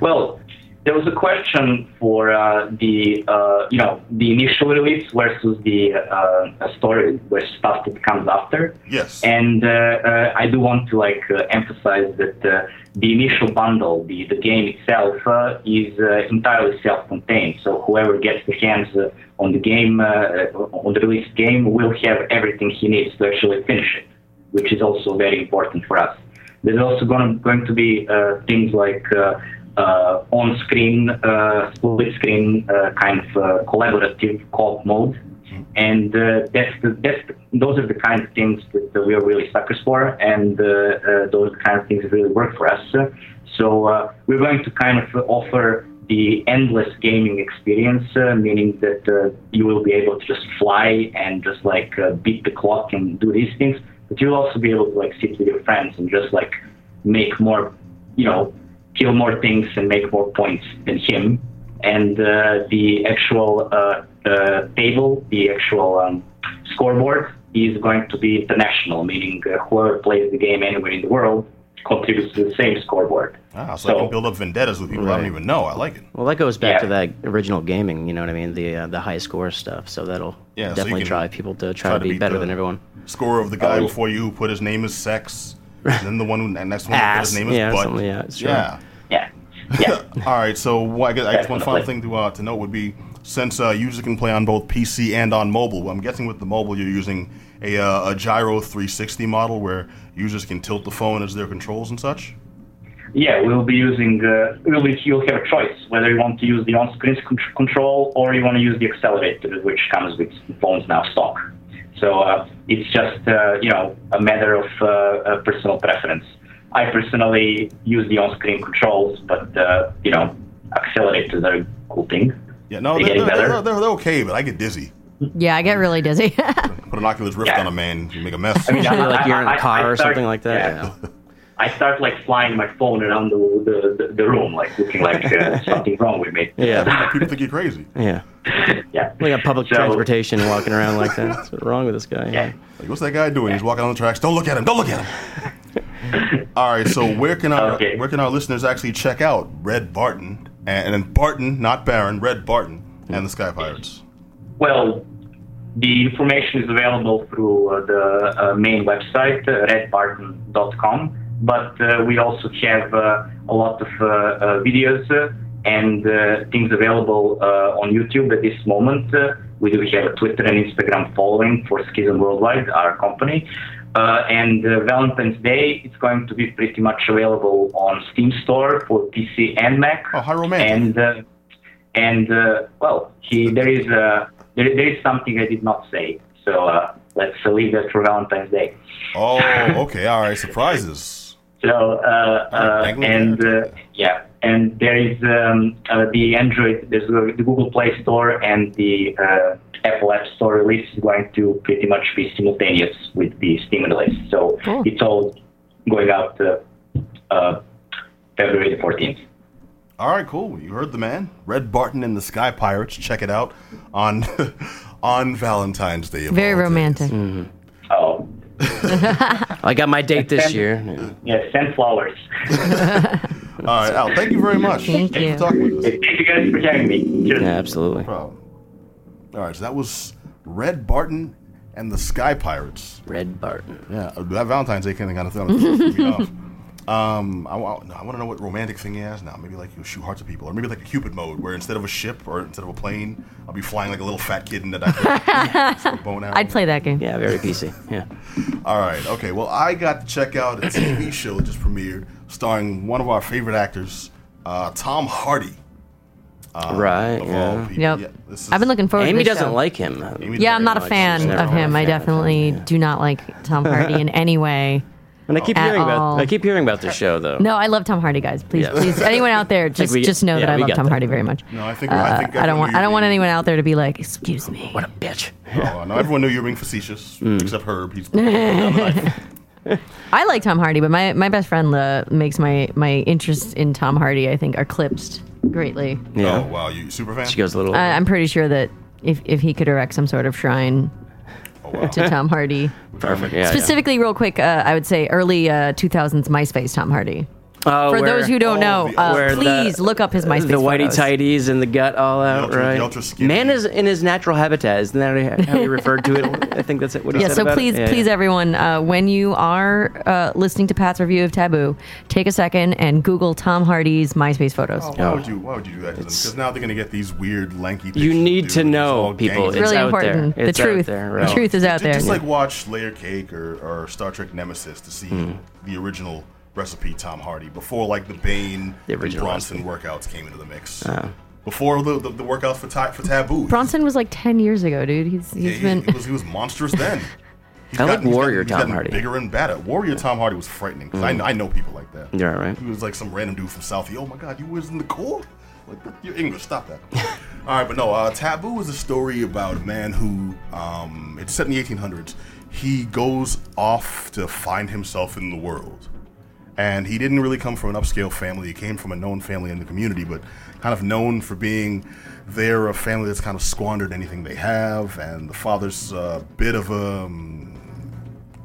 Speaker 3: well, there was a question for uh, the uh, you know the initial release versus the uh, story, where stuff that comes after.
Speaker 1: Yes.
Speaker 3: And uh, uh, I do want to like uh, emphasize that uh, the initial bundle, the, the game itself, uh, is uh, entirely self-contained. So whoever gets their hands uh, on the game, uh, uh, on the released game, will have everything he needs to actually finish it, which is also very important for us. There's also going to, going to be uh, things like uh, uh, on-screen, uh, split-screen uh, kind of uh, collaborative co-op mode and uh, that's the, that's the- those are the kind of things that, that we are really suckers for, and uh, uh, those are the kind of things that really work for us. So uh, we're going to kind of offer the endless gaming experience, uh, meaning that uh, you will be able to just fly and just like uh, beat the clock and do these things, but you'll also be able to like sit with your friends and just like make more, you know, kill more things and make more points than him. And uh, the actual uh, uh, table, the actual um, scoreboard is going to be international, meaning uh, whoever plays the game anywhere in the world contributes to the same scoreboard.
Speaker 1: Ah, so, I can build up vendettas with people I don't even know. I like it.
Speaker 2: Well, that goes back to
Speaker 3: Yeah.
Speaker 2: that original gaming. You know what I mean? The uh, the high score stuff. So that'll
Speaker 1: Yeah, so you
Speaker 2: definitely
Speaker 1: can
Speaker 2: drive people to try, to be
Speaker 1: beat
Speaker 2: better
Speaker 1: the
Speaker 2: than everyone.
Speaker 1: Score of the guy
Speaker 3: Oh.
Speaker 1: before you who put his name as sex. and then the one who, and next one who put
Speaker 2: Ass.
Speaker 1: his name as
Speaker 2: Yeah,
Speaker 1: butt.
Speaker 2: something, yeah, sure.
Speaker 1: yeah.
Speaker 3: Yeah. Yeah.
Speaker 1: All right, so well, I guess, I guess one final
Speaker 3: Definitely.
Speaker 1: thing to uh, to note would be since uh, users can play on both PC and on mobile, I'm guessing with the mobile you're using a, uh, a gyro 360 model where users can tilt the phone as their controls and such.
Speaker 3: yeah, we'll be using, uh, we'll be, you'll have a choice whether you want to use the on-screen con- control or you want to use the accelerator, which comes with phones now stock. So uh, it's just, uh, you know, a matter of uh, uh, personal preference. I personally use the on-screen controls, but, uh, you know, accelerators are a cool thing.
Speaker 1: Yeah, no,
Speaker 3: They're
Speaker 1: they're,
Speaker 3: getting
Speaker 1: they're,
Speaker 3: better.
Speaker 1: they're, they're, they're okay, but I get dizzy.
Speaker 5: Yeah, I get really dizzy.
Speaker 1: Put an Oculus Rift
Speaker 3: Yeah.
Speaker 1: on a man, you make a mess.
Speaker 3: I mean,
Speaker 2: Usually, like you're in
Speaker 3: I- I-
Speaker 2: a car
Speaker 3: I
Speaker 2: or
Speaker 3: start-
Speaker 2: something like that.
Speaker 3: yeah.
Speaker 2: Yeah.
Speaker 3: I start like flying my phone around the, the, the, the room, like looking like uh, something wrong with me.
Speaker 2: Yeah.
Speaker 1: People think you're crazy.
Speaker 2: Yeah.
Speaker 3: Yeah.
Speaker 2: We got public
Speaker 3: So-
Speaker 2: transportation walking around like that. What's wrong with this guy?
Speaker 3: Yeah.
Speaker 1: Like, what's that guy doing? He's walking on the tracks. Don't look at him. Don't look at him. All right. So where can our
Speaker 3: Okay.
Speaker 1: where can our listeners actually check out Red Barton and, and Barton, not Baron, Red Barton and the Sky Pirates?
Speaker 3: Well, the information is available through uh, the uh, main website, uh, redbarton.com, but uh, we also have uh, a lot of uh, uh, videos uh, and uh, things available uh, on YouTube at this moment. Uh, we do have a Twitter and Instagram following for Schism Worldwide, our company. Uh, and uh, Valentine's Day, it's going to be pretty much available on Steam Store for PC and Mac.
Speaker 1: Oh, how romantic.
Speaker 3: And uh, and uh, well, he, there is uh, there, there is something I did not say. So uh, let's uh, leave that for Valentine's Day.
Speaker 1: Oh, okay. All right. Surprises.
Speaker 3: So uh, uh,
Speaker 1: thank you.
Speaker 3: and uh, yeah, and there is um, uh, the Android, there's the the Google Play Store and the uh, Apple App Store release is going to pretty much be simultaneous with the Steam release. So
Speaker 5: Cool.
Speaker 3: it's all going out uh, uh, February the 14th.
Speaker 1: All right. Cool. You heard the man. Red Barton and the Sky Pirates. Check it out on on Valentine's Day. of
Speaker 5: Very
Speaker 1: all days.
Speaker 5: romantic.
Speaker 2: Mm.
Speaker 3: Oh,
Speaker 2: I got my date this year. Yeah.
Speaker 3: yeah, send flowers.
Speaker 1: All right, Al. Thank you very much.
Speaker 5: Thank
Speaker 1: Thanks
Speaker 5: you.
Speaker 1: for talking with us.
Speaker 3: Thank you guys for having me. Cheers.
Speaker 2: Yeah, absolutely.
Speaker 1: problem. All right, so that was Red Barton and the Sky Pirates.
Speaker 2: Red Barton.
Speaker 1: Yeah, uh, that Valentine's Day kind of kind of thing. you know. Um, I, wa- no, I want to know what romantic thing he has now. Maybe like you'll shoot hearts at people, or maybe like a Cupid mode, where instead of a ship or instead of a plane, I'll be flying like a little fat kid in the diaper. bone out.
Speaker 5: I'd play that game.
Speaker 2: Yeah, very PC. Yeah.
Speaker 1: All right, okay. Well, I got to check out a TV show that just premiered, starring one of our favorite actors, uh, Tom Hardy. Uh,
Speaker 2: Right,
Speaker 1: of all
Speaker 2: yeah.
Speaker 1: people.
Speaker 5: Yep.
Speaker 1: Yeah, this
Speaker 5: I've been
Speaker 1: is-
Speaker 5: looking forward
Speaker 2: Amy
Speaker 5: to this
Speaker 2: doesn't
Speaker 5: show.
Speaker 2: like him.
Speaker 1: Amy
Speaker 5: Yeah, I'm
Speaker 1: doesn't
Speaker 5: not a
Speaker 1: like
Speaker 5: fan
Speaker 2: She's
Speaker 5: of
Speaker 2: never
Speaker 5: him.
Speaker 2: a
Speaker 5: I
Speaker 2: fan of
Speaker 5: definitely
Speaker 2: him, yeah.
Speaker 5: do not like Tom Hardy in any way.
Speaker 2: And I keep
Speaker 5: At
Speaker 2: hearing
Speaker 5: all.
Speaker 2: about I keep hearing about this show though.
Speaker 5: No, I love Tom Hardy, guys. Please,
Speaker 2: Yeah.
Speaker 5: please, anyone out there, just
Speaker 2: we-
Speaker 5: just know
Speaker 2: yeah,
Speaker 5: that I
Speaker 2: we
Speaker 5: love
Speaker 2: got
Speaker 5: Tom
Speaker 2: that.
Speaker 5: Hardy very much.
Speaker 1: No, I think-
Speaker 5: uh,
Speaker 1: I think
Speaker 5: I don't
Speaker 1: everyone
Speaker 5: want
Speaker 1: knew
Speaker 5: I don't want
Speaker 1: you-
Speaker 5: anyone out there to be like, excuse me.
Speaker 2: What a bitch.
Speaker 1: Oh, no, everyone knew you were being facetious,
Speaker 5: Mm.
Speaker 1: except Herb. He's down the knife.
Speaker 5: I like Tom Hardy, but my, my best friend uh, makes my my interest in Tom Hardy I think eclipsed greatly.
Speaker 2: Yeah.
Speaker 1: Oh wow, you super fan?
Speaker 2: She goes a little
Speaker 5: I, I'm pretty sure that if if he could erect some sort of shrine
Speaker 1: oh, wow.
Speaker 5: to Tom Hardy,
Speaker 2: perfect. Yeah, yeah.
Speaker 5: specifically, real quick, uh, I would say early uh, 2000s MySpace Tom Hardy.
Speaker 2: Oh,
Speaker 5: For
Speaker 2: where-
Speaker 5: those who don't
Speaker 1: oh,
Speaker 5: know,
Speaker 1: the-
Speaker 5: uh,
Speaker 2: where the-
Speaker 5: please look up his MySpace.
Speaker 2: the whitey
Speaker 5: photos.
Speaker 2: tighties and the gut all out,
Speaker 1: ultra-
Speaker 2: right?
Speaker 1: the ultra skinny.
Speaker 2: Man is in his natural habitat. Isn't that how he referred to it? I think that's it. What he
Speaker 5: Yeah,
Speaker 2: said
Speaker 5: so
Speaker 2: about it?
Speaker 5: please,
Speaker 2: Yeah,
Speaker 5: please,
Speaker 2: yeah.
Speaker 5: everyone, uh, when you are uh, listening to Pat's review of Taboo, take a second and Google Tom Hardy's MySpace photos.
Speaker 1: Oh, why would you? Why would you do that to them? Because now they're gonna get these weird lanky.
Speaker 2: You
Speaker 1: pictures of
Speaker 2: need
Speaker 1: dudes
Speaker 2: to
Speaker 1: who's
Speaker 2: know
Speaker 1: all
Speaker 2: people.
Speaker 1: gangly.
Speaker 2: It's
Speaker 5: Really
Speaker 2: out
Speaker 5: important.
Speaker 2: there.
Speaker 5: The
Speaker 2: It's out
Speaker 5: truth.
Speaker 2: there,
Speaker 5: The
Speaker 2: right.
Speaker 5: truth is out
Speaker 1: Ju-
Speaker 5: there.
Speaker 1: Just like watch Layer Cake or, or Star Trek Nemesis to see
Speaker 2: Hmm.
Speaker 1: the original recipe Tom Hardy before like the Bane
Speaker 2: The
Speaker 1: and
Speaker 2: original
Speaker 1: Bronson workouts came into the mix. before the, the, the workouts for, ta- for Taboo.
Speaker 5: Bronson was like ten years ago, dude. He's
Speaker 1: Yeah,
Speaker 5: he's
Speaker 1: he,
Speaker 5: been
Speaker 1: he was, he was monstrous then. He's
Speaker 2: I like
Speaker 1: he's
Speaker 2: Warrior
Speaker 1: he's
Speaker 2: Tom
Speaker 1: gotten
Speaker 2: Hardy.
Speaker 1: Bigger and badder. Warrior Tom Hardy was frightening. 'cause I, kn- I know people like that.
Speaker 2: You're right.
Speaker 1: He was like some random dude from Southie. Oh my God, you was in the Corps? Like, you're English. Stop that. All right, but no. Uh, Taboo is a story about a man who, um, it's set in the 1800s. He goes off to find himself in the world. And he didn't really come from an upscale family. He came from a known family in the community, but kind of known for being they're a family that's kind of squandered anything they have. And the father's a bit of a um,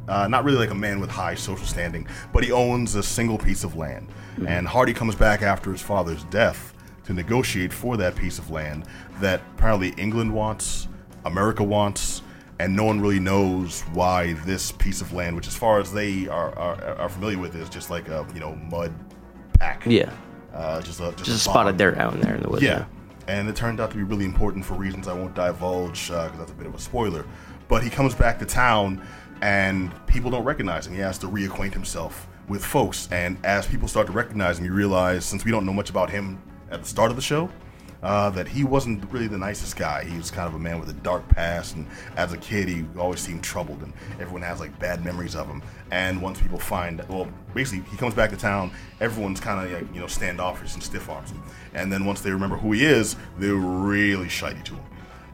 Speaker 1: uh, not really like a man with high social standing, but he owns a single piece of land.
Speaker 2: Mm-hmm.
Speaker 1: And Hardy comes back after his father's death to negotiate for that piece of land that apparently England wants, America wants, and no one really knows why this piece of land, which as far as they are are, are familiar with, is just like a you know mud pack.
Speaker 2: Yeah.
Speaker 1: Uh, just a just,
Speaker 2: Just a
Speaker 1: a
Speaker 2: spot
Speaker 1: bog.
Speaker 2: of dirt out in there in the woods.
Speaker 1: Yeah. And it turned out to be really important for reasons I won't divulge because that's a bit of a spoiler. But he comes back to town and people don't recognize him. He has to reacquaint himself with folks. And as people start to recognize him, you realize, since we don't know much about him at the start of the show, uh, that he wasn't really the nicest guy. He was kind of a man with a dark past, and as a kid, he always seemed troubled, and everyone has like bad memories of him. And once people find, well, basically, he comes back to town, everyone's kind of like, you know, standoffish and stiff arms him. And then once they remember who he is, they're really shitey to him.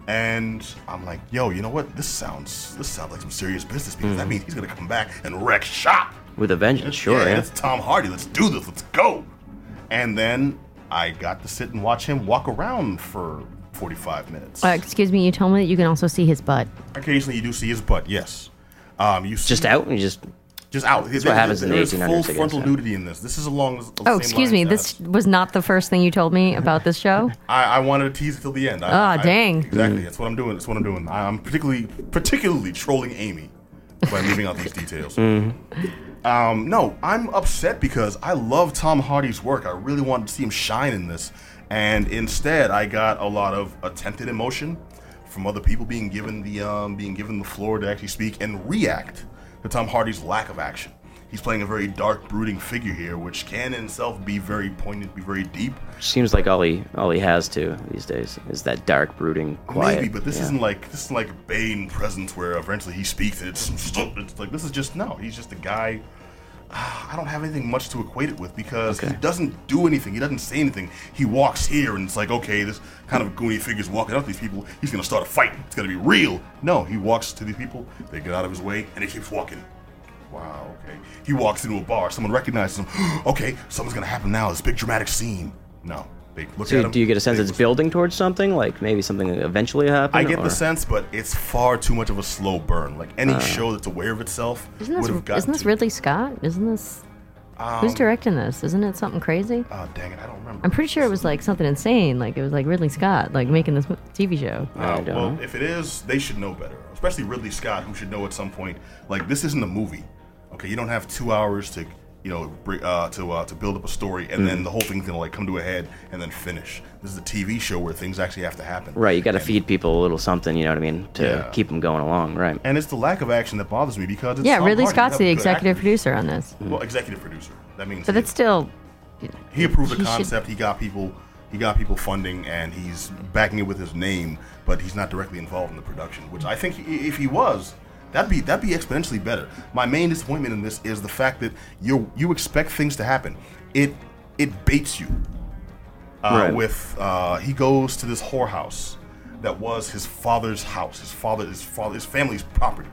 Speaker 1: And I'm like, yo, you know what? This sounds this sounds like some serious business because that means he's gonna come back and wreck shop.
Speaker 2: With a vengeance, Mm. sure.
Speaker 1: Yeah,
Speaker 2: Yeah.
Speaker 1: It's Tom Hardy. Let's do this. Let's go. And then I got to sit and watch him walk around for 45 minutes.
Speaker 5: Uh, excuse me, you told me that you can also see his butt.
Speaker 1: Occasionally, you do see his butt. Yes. Um, you see,
Speaker 2: Just out and you just
Speaker 1: just out. That's
Speaker 2: what happens in
Speaker 1: full
Speaker 2: the 1800s, I guess,
Speaker 1: frontal
Speaker 2: yeah.
Speaker 1: nudity in this. This is along. The
Speaker 5: Oh, excuse me. This was not the first thing you told me about this show.
Speaker 1: I, I wanted to tease it till the end. I-
Speaker 5: Ah,
Speaker 1: I-
Speaker 5: dang.
Speaker 1: Exactly. That's what I'm doing. That's what I'm doing. I- I'm particularly particularly trolling Amy by leaving out these details. Um, no, I'm upset because I love Tom Hardy's work. I really wanted to see him shine in this, and instead, I got a lot of attempted emotion from other people being given the um, being given the floor to actually speak and react to Tom Hardy's lack of action. He's playing a very dark, brooding figure here, which can in itself be very poignant, be very deep.
Speaker 2: seems like all he all he has to these days is that dark, brooding, quiet.
Speaker 1: Maybe, but this
Speaker 2: yeah.
Speaker 1: isn't like this is not like Bane presence where eventually he speaks and it's, it's like this is just no. He's just a guy. Ah, I don't have anything much to equate it with because he
Speaker 2: Okay.
Speaker 1: doesn't do anything. He doesn't say anything. He walks here and it's like okay, this kind of goony figure's walking up to these people. He's gonna start a fight. It's gonna be real. No, he walks to these people. They get out of his way and he keeps walking. Wow, okay. He walks into a bar. Someone recognizes him. okay, something's gonna happen now. This big dramatic scene. No, they look at
Speaker 2: So
Speaker 1: him.
Speaker 2: do you get a sense
Speaker 1: they
Speaker 2: it's
Speaker 1: whisper.
Speaker 2: building towards something? Like maybe something that eventually happen?
Speaker 1: I get
Speaker 2: or-
Speaker 1: the sense, but it's far too much of a slow burn. Like any show that's aware of itself
Speaker 5: Uh. Isn't
Speaker 1: would have
Speaker 5: this,
Speaker 1: gotten.
Speaker 5: isn't this
Speaker 1: to- Um,
Speaker 5: Ridley Scott? Isn't this who's directing this? Isn't it something crazy?
Speaker 1: Oh, dang it! I don't remember. Uh,
Speaker 5: I'm pretty sure it was like something insane. Like it was like Ridley Scott, like making this mo- TV show.
Speaker 2: I
Speaker 1: Uh,
Speaker 2: don't
Speaker 1: well,
Speaker 2: know.
Speaker 1: if it is, they should know better. Especially Ridley Scott, who should know at some point. Like this isn't a movie. Okay, you don't have two hours to, you know, br- uh, to uh, to build up a story, and
Speaker 5: Mm.
Speaker 1: then the whole thing's gonna like come to a head and then finish. This is a TV show where things actually have to happen.
Speaker 2: Right, you got to
Speaker 1: And-
Speaker 2: feed people a little something, you know what I mean, to
Speaker 1: Yeah.
Speaker 2: keep them going along, right?
Speaker 1: And it's the lack of action that bothers me because it's
Speaker 5: yeah,
Speaker 1: Tom
Speaker 5: Ridley
Speaker 1: Hardy.
Speaker 5: Scott's
Speaker 1: He's
Speaker 5: the
Speaker 1: a good
Speaker 5: executive
Speaker 1: actor.
Speaker 5: producer on this,
Speaker 1: Well, executive producer. That means.
Speaker 5: but
Speaker 1: he-
Speaker 5: that's still
Speaker 1: he approved the
Speaker 5: He should-
Speaker 1: concept. He got people. He got people funding, and he's backing it with his name. But he's not directly involved in the production, which I think i- if he was, that'd be that'd be exponentially better. My main disappointment in this is the fact that you you expect things to happen. It it baits you. Uh,
Speaker 2: Right.
Speaker 1: With uh, he goes to this whorehouse that was his father's house, his father, his father, his family's property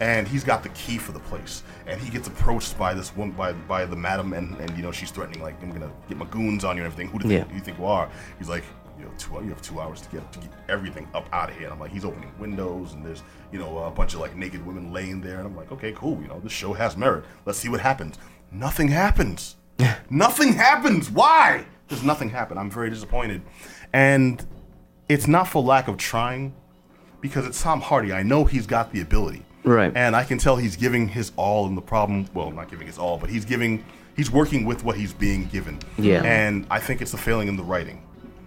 Speaker 1: and he's got the key for the place. And he gets approached by this woman, by by the madam, and, and you know she's threatening like I'm gonna get my goons on you and everything. Who do you, think,
Speaker 2: Yeah.
Speaker 1: you think you are? He's like, you know, two, you have two hours to get to get everything up out of here. And I'm like, he's opening windows, and there's you know a bunch of like naked women laying there, and I'm like, okay, cool, you know this show has merit. Let's see what happens. Nothing happens. nothing happens. Why? There's nothing happen. I'm very disappointed, and it's not for lack of trying because it's Tom Hardy. I know he's got the ability.
Speaker 2: Right.
Speaker 1: And I can tell he's giving his all in the problem. Well, not giving his all, but he's giving he's working with what he's being given.
Speaker 2: Yeah.
Speaker 1: And I think it's a failing in the writing.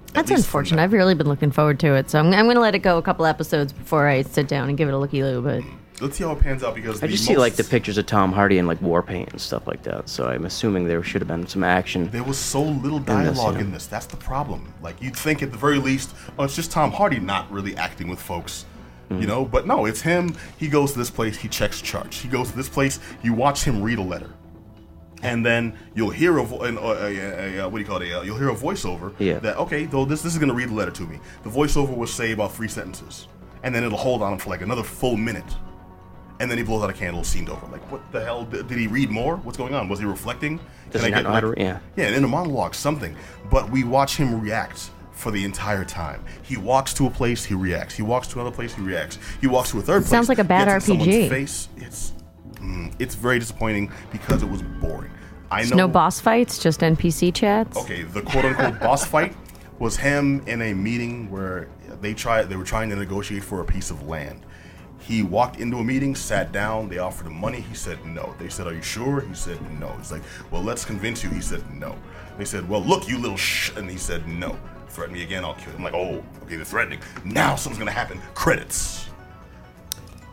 Speaker 1: At
Speaker 5: that's
Speaker 1: least from
Speaker 5: unfortunate.
Speaker 1: that.
Speaker 5: I've really been looking forward to it, so I'm, I'm going to let it go a couple episodes before I sit down and give it a looky loo. But
Speaker 1: let's see how it pans out because
Speaker 2: I just see like the pictures of Tom Hardy in like war paint and stuff like that. So I'm assuming there should have been some action.
Speaker 1: There was so little
Speaker 2: this,
Speaker 1: dialogue
Speaker 2: yeah.
Speaker 1: in this. That's the problem. Like you'd think at the very least, oh, it's just Tom Hardy not really acting with folks.
Speaker 2: Mm.
Speaker 1: You know, but no, it's him. He goes to this place, he checks charts. He goes to this place, you watch him read a letter. And then you'll hear a, vo- an, uh, a, a, a what do you call it? A, uh, you'll hear a voiceover
Speaker 2: Yeah.
Speaker 1: that okay, though this this is gonna read a letter to me. The voiceover will say about three sentences, and then it'll hold on for like another full minute and then he blows out a candle, scene's over. Like, what the hell? Did, did he read more? What's going on? Was he reflecting?
Speaker 2: Does he not know how to re- yeah.
Speaker 1: Yeah, and in a monologue, something. But we watch him react for the entire time. He walks to a place, he reacts. He walks to another place, he reacts. He walks to a third place.
Speaker 5: sounds like a bad
Speaker 1: gets in someone's
Speaker 5: RPG.
Speaker 1: Face. It's mm, it's very disappointing because it was boring. I know. Oh.
Speaker 5: No boss fights, just NPC chats.
Speaker 1: Okay, the quote unquote boss fight was him in a meeting where they tried they were trying to negotiate for a piece of land. He walked into a meeting, sat down, they offered him money, he said no. They said, Are you sure? He said no. He's like, Well, let's convince you. He said no. They said, Well, look, you little sh and he said no. Threaten me again, I'll kill you. I'm like, oh, okay, they're threatening. Now something's gonna happen. Credits.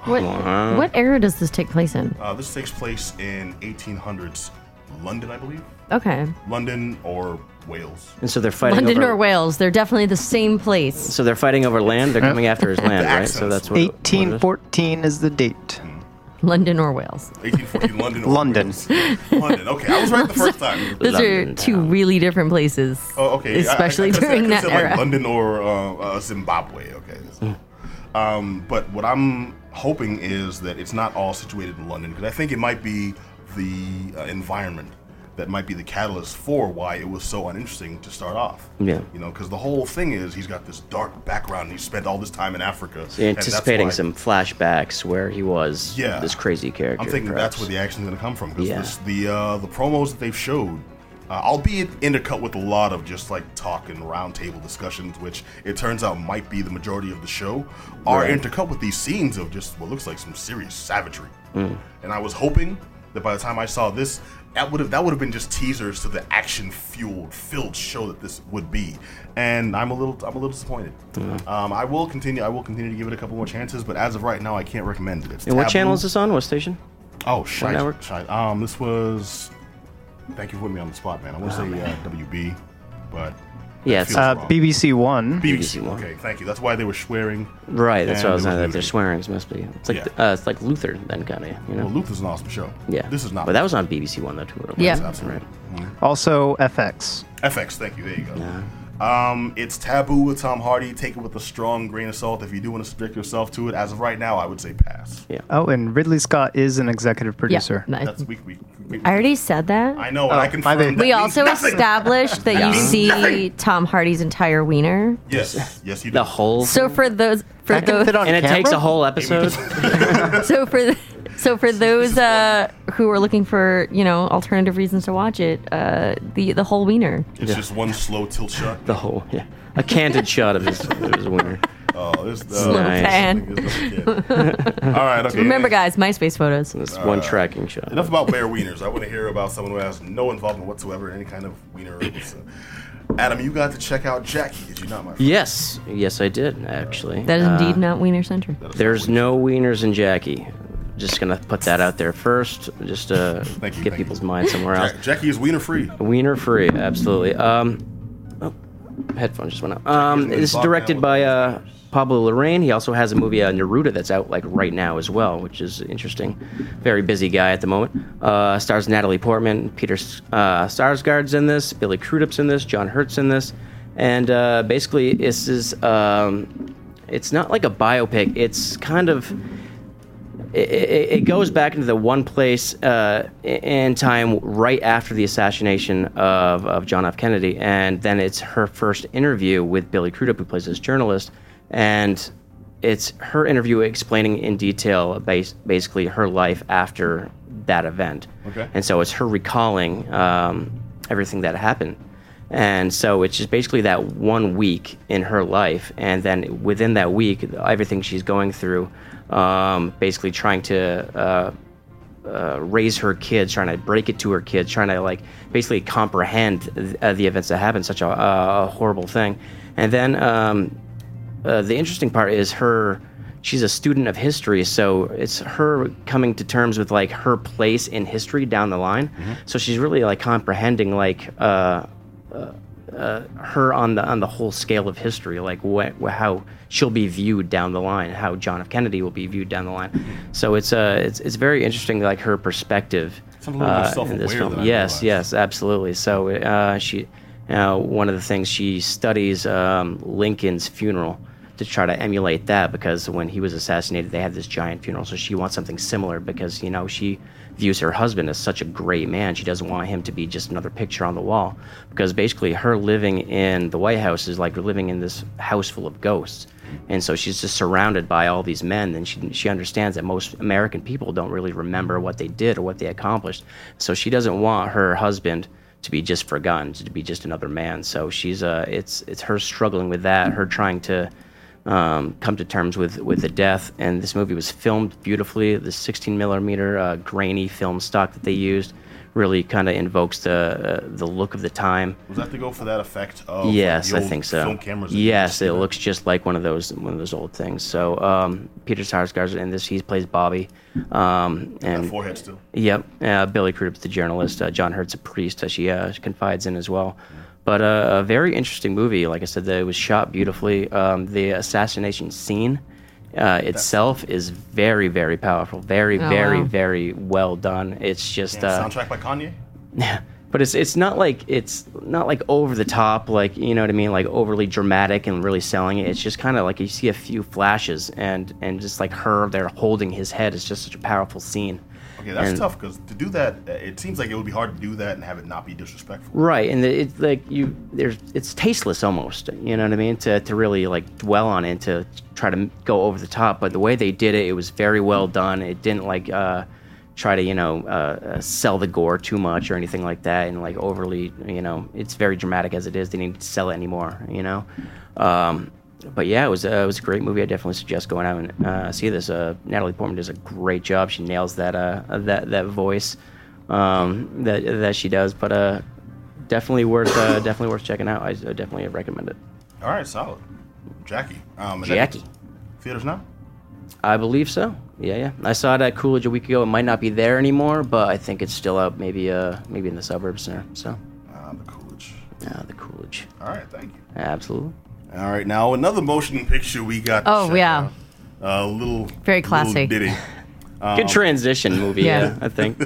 Speaker 5: What
Speaker 2: Uh-huh.
Speaker 5: what era does this take place in?
Speaker 1: Uh, this takes place in 1800s London, I believe.
Speaker 5: Okay,
Speaker 1: London or Wales.
Speaker 2: And so they're fighting
Speaker 5: London
Speaker 2: over
Speaker 5: or Wales? They're definitely the same place.
Speaker 2: So they're fighting over land. They're coming after his land, right? So
Speaker 1: accents.
Speaker 2: that's what. what it Hmm.
Speaker 4: 1814 is the date.
Speaker 5: London or Wales?
Speaker 1: 1840 London or
Speaker 4: London.
Speaker 1: Wales. London. Okay, I was right the first time.
Speaker 5: Those
Speaker 2: London
Speaker 5: are two
Speaker 2: town.
Speaker 5: really different places.
Speaker 1: Oh, okay. I- I-
Speaker 5: Especially
Speaker 1: I consider- I
Speaker 5: during that
Speaker 1: consider, like,
Speaker 5: era.
Speaker 1: London or uh, uh, Zimbabwe. Okay. Um, but what I'm hoping is that it's not all situated in London because I think it might be the uh, environment that might be the catalyst for why it was so uninteresting to start off.
Speaker 2: Yeah.
Speaker 1: You know, because the whole thing is he's got this dark background. and He spent all this time in Africa.
Speaker 2: is. They're
Speaker 1: and that's
Speaker 2: anticipating
Speaker 1: why-
Speaker 2: some flashbacks where he was
Speaker 1: Yeah.
Speaker 2: this crazy character.
Speaker 1: I'm thinking
Speaker 2: perhaps.
Speaker 1: that's where the action's going to come from because
Speaker 2: Yeah.
Speaker 1: the uh, the promos that they've showed, uh, albeit intercut with a lot of just like talk and roundtable discussions, which it turns out might be the majority of the show, are
Speaker 2: Right.
Speaker 1: intercut with these scenes of just what looks like some serious savagery.
Speaker 2: Mm.
Speaker 1: And I was hoping that by the time I saw this, that would have that would have been just teasers to the action fueled filled show that this would be. And I'm a little I'm a little disappointed.
Speaker 2: Mm.
Speaker 1: Um, I will continue I will continue to give it a couple more chances, but as of right now, I can't recommend it. It's
Speaker 2: And what channel
Speaker 1: Taboo.
Speaker 2: is this on? What station?
Speaker 1: Oh, shite.
Speaker 2: network?
Speaker 1: shite. Um, this was. Thank you for putting me on the spot, man. I want to say uh, WB, but
Speaker 2: Oh, Yeah,
Speaker 1: feels
Speaker 2: it's,
Speaker 4: Uh,
Speaker 1: wrong.
Speaker 4: BBC One.
Speaker 1: BBC.
Speaker 2: one.
Speaker 1: Okay, thank you. That's why they were swearing.
Speaker 2: right. That's what
Speaker 1: and
Speaker 2: I was
Speaker 1: there
Speaker 2: saying. That they're
Speaker 1: nudity.
Speaker 2: swearing. It must be. It's like
Speaker 1: Yeah.
Speaker 2: uh, it's like Luther then, kind of. You know.
Speaker 1: Well, Luther's an awesome show.
Speaker 2: yeah.
Speaker 1: This is not.
Speaker 2: But that was on BBC One though too.
Speaker 5: Yeah.
Speaker 1: Absolutely.
Speaker 2: Right.
Speaker 4: Also FX.
Speaker 1: FX. Thank you. There you go. Um, it's taboo with Tom Hardy. Take it with a strong grain of salt. If you do want to subject yourself to it, as of right now, I would say pass.
Speaker 2: Yeah.
Speaker 4: Oh, and Ridley Scott is an executive
Speaker 5: Yeah,
Speaker 4: producer.
Speaker 5: I-
Speaker 1: That's week week. week-
Speaker 5: I already said that.
Speaker 1: I know. and
Speaker 4: Oh,
Speaker 1: I
Speaker 4: my bad.
Speaker 1: confirmed. that
Speaker 5: we
Speaker 1: means
Speaker 5: also
Speaker 1: nothing.
Speaker 5: established that you see Tom Hardy's entire wiener.
Speaker 1: Yes. Yes, you do.
Speaker 2: The whole.
Speaker 5: So for those, for
Speaker 4: That can
Speaker 5: those,
Speaker 4: fit on
Speaker 2: and it
Speaker 4: camera?
Speaker 2: takes a whole episode.
Speaker 5: so for the, so for those uh, who are looking for you know alternative reasons to watch it, uh, the the whole wiener.
Speaker 1: It's just one slow tilt shot.
Speaker 2: the whole. Yeah. A canted shot of his. It was a winner.
Speaker 1: Oh, this.
Speaker 5: Slow
Speaker 1: Uh,
Speaker 2: Nice.
Speaker 5: pan.
Speaker 1: All right. Okay.
Speaker 5: Remember, guys, MySpace photos.
Speaker 2: This one tracking shot.
Speaker 1: Uh, Enough about bare wieners. I want to hear about someone who has no involvement whatsoever in any kind of wiener. or pizza. Adam, you got to check out Jackie, did you not, my friend?
Speaker 2: Yes. Yes, I did actually.
Speaker 5: That is
Speaker 2: Uh,
Speaker 5: indeed not wiener centric.
Speaker 2: There's no wieners in Jackie. Just gonna put that out there first, just to
Speaker 1: Thank you,
Speaker 2: get
Speaker 1: thank
Speaker 2: people's
Speaker 1: you.
Speaker 2: minds somewhere else.
Speaker 1: Ja- Jackie is wiener free.
Speaker 2: Wiener free, absolutely. Um, oh, headphone just went out. Um,
Speaker 1: Isn't it
Speaker 2: this is
Speaker 1: Bob
Speaker 2: directed
Speaker 1: Dylan?
Speaker 2: by uh, Pablo Lorraine. He also has a movie uh, Neruda that's out like right now as well, which is interesting. Very busy guy at the moment. Uh, stars Natalie Portman, Peter uh, Sarsgaard's in this, Billy Crudup's in this, John Hurt's in this, and uh, basically this is um, it's not like a biopic. It's kind of it, it, it goes back into the one place uh, in time right after the assassination of, of John F. Kennedy, and then it's her first interview with Billy Crudup, who plays this journalist, and it's her interview explaining in detail bas- basically her life after that event.
Speaker 1: Okay.
Speaker 2: And so it's her recalling um, everything that happened. And so it's just basically that one week in her life. And then within that week, everything she's going through, um, basically trying to uh, uh, raise her kids, trying to break it to her kids, trying to like basically comprehend th- uh, the events that happened, such a, a horrible thing. And then um, uh, the interesting part is her she's a student of history, so it's her coming to terms with like her place in history down the line.
Speaker 1: Mm-hmm.
Speaker 2: So she's really like comprehending like uh, her on the on the whole scale of history, like what how she'll be viewed down the line, how John F. Kennedy will be viewed down the line. So it's uh it's it's very interesting, like her perspective.
Speaker 1: Sounds a little more
Speaker 2: uh, in
Speaker 1: self-aware
Speaker 2: this film.
Speaker 1: than I
Speaker 2: yes,
Speaker 1: realized.
Speaker 2: yes, absolutely. So uh, she now one of the things she studies um, Lincoln's funeral to try to emulate that because when he was assassinated, they had this giant funeral. So she wants something similar because you know she views her husband as such a great man. She doesn't want him to be just another picture on the wall because basically her living in the White House is like living in this house full of ghosts. And so she's just surrounded by all these men, and she, she understands that most American people don't really remember what they did or what they accomplished. So she doesn't want her husband to be just forgotten, to be just another man. So she's uh, it's it's her struggling with that, her trying to um, come to terms with with the death. And this movie was filmed beautifully. The 16 millimeter uh, grainy film stock that they used really kind of invokes the uh, the look of the time.
Speaker 1: Was that to go for that effect of like,
Speaker 2: Yes,
Speaker 1: the
Speaker 2: I
Speaker 1: old
Speaker 2: think so.
Speaker 1: Film cameras. that you
Speaker 2: yes,
Speaker 1: see
Speaker 2: it
Speaker 1: that-
Speaker 2: looks just like one of those one of those old things. So um, Peter Sarsgaard's in this. He plays Bobby, um,
Speaker 1: that
Speaker 2: and
Speaker 1: forehead still.
Speaker 2: Yep. Uh, Billy Crudup's the journalist. Uh, John Hurt's a priest that she uh, confides in as well. But uh, a very interesting movie. Like I said, that it was shot beautifully. Um, the assassination scene uh, itself is very, very powerful. Very,
Speaker 5: Oh,
Speaker 2: very,
Speaker 5: wow.
Speaker 2: very well done. It's just.
Speaker 1: And
Speaker 2: Uh,
Speaker 1: soundtrack by Kanye.
Speaker 2: but it's it's not like it's not like over the top, like you know what I mean, like overly dramatic and really selling it. It's just kind of like you see a few flashes and and just like her there holding his head is just such a powerful scene.
Speaker 1: Okay, that's
Speaker 2: And-
Speaker 1: tough because to do that, uh, it seems like it would be hard to do that and have it not be disrespectful.
Speaker 2: Right, and the- it's like you, there's, it's tasteless almost. You know what I mean? To to really like dwell on it, to try to go over the top. But the way they did it, it was very well done. It didn't like uh, try to you know uh, uh, sell the gore too much or anything like that, and like overly. You know, it's very dramatic as it is. They need to sell it anymore. You know, um, but yeah, it was uh, it was a great movie. I definitely suggest going out and uh, see this. Uh, Natalie Portman does a great job. She nails that uh, that that voice um, that that she does. But uh, definitely worth uh, definitely worth checking out. I, I definitely recommend it.
Speaker 1: All right, solid. Jackie. Um, is that
Speaker 2: Jackie,
Speaker 1: Theaters now.
Speaker 2: I believe so. Yeah, yeah. I saw it at Coolidge a week ago. It might not be there anymore, but I think it's still out. Maybe uh maybe in the suburbs there. So
Speaker 1: Uh, the Coolidge.
Speaker 2: uh, the Coolidge,
Speaker 1: All right, thank you.
Speaker 2: absolutely.
Speaker 1: All right, now another motion picture we got. to
Speaker 5: Oh,
Speaker 1: check
Speaker 5: yeah.
Speaker 1: out. Uh, A little
Speaker 5: Very
Speaker 1: little
Speaker 5: classy.
Speaker 1: ditty.
Speaker 2: Good transition movie.
Speaker 5: Yeah.
Speaker 2: yeah, I think.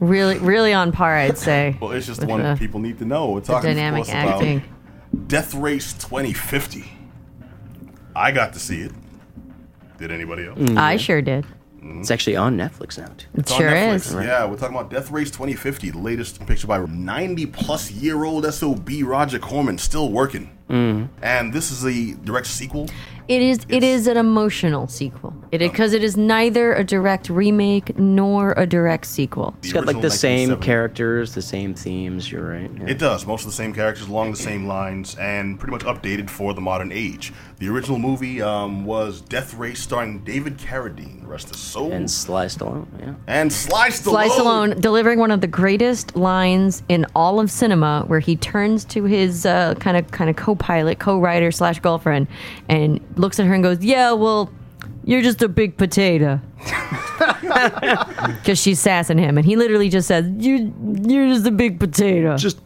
Speaker 5: Really, really on par, I'd say.
Speaker 1: Well, it's just
Speaker 5: With
Speaker 1: one
Speaker 5: the-
Speaker 1: people need to know. We're
Speaker 5: the
Speaker 1: talking,
Speaker 5: dynamic
Speaker 1: of course,
Speaker 5: acting.
Speaker 1: about Death Race 2050. I got to see it. Did anybody else?
Speaker 2: Mm.
Speaker 5: I sure did.
Speaker 2: It's actually on Netflix now. Too.
Speaker 5: It
Speaker 1: It's on
Speaker 5: sure
Speaker 1: Netflix.
Speaker 5: is.
Speaker 1: Yeah, we're talking about Death Race 2050, the latest picture by 90 plus year old SOB Roger Corman, still working.
Speaker 2: Mm.
Speaker 1: And this is the direct sequel.
Speaker 5: It is. It
Speaker 1: It's-
Speaker 5: is an emotional sequel. It
Speaker 1: Oh.
Speaker 5: because it is neither a direct remake nor a direct sequel.
Speaker 2: It's got like the same
Speaker 1: character.
Speaker 2: characters, the same themes. You're right. yeah.
Speaker 1: It does. Most of the same characters along the same lines and pretty much updated for the modern age. The original movie um, was Death Race starring David Carradine, rest his soul,
Speaker 2: and
Speaker 1: and,
Speaker 2: sliced alone. Yeah.
Speaker 1: Sly Stallone.
Speaker 5: Slice Alone delivering one of the greatest lines in all of cinema, where he turns to his uh, kind of kind of co-pilot, co-writer slash girlfriend, and looks at her and goes, "Yeah, well, you're just a big potato," because she's sassing him, and he literally just says, "You, you're just a big potato."
Speaker 2: Just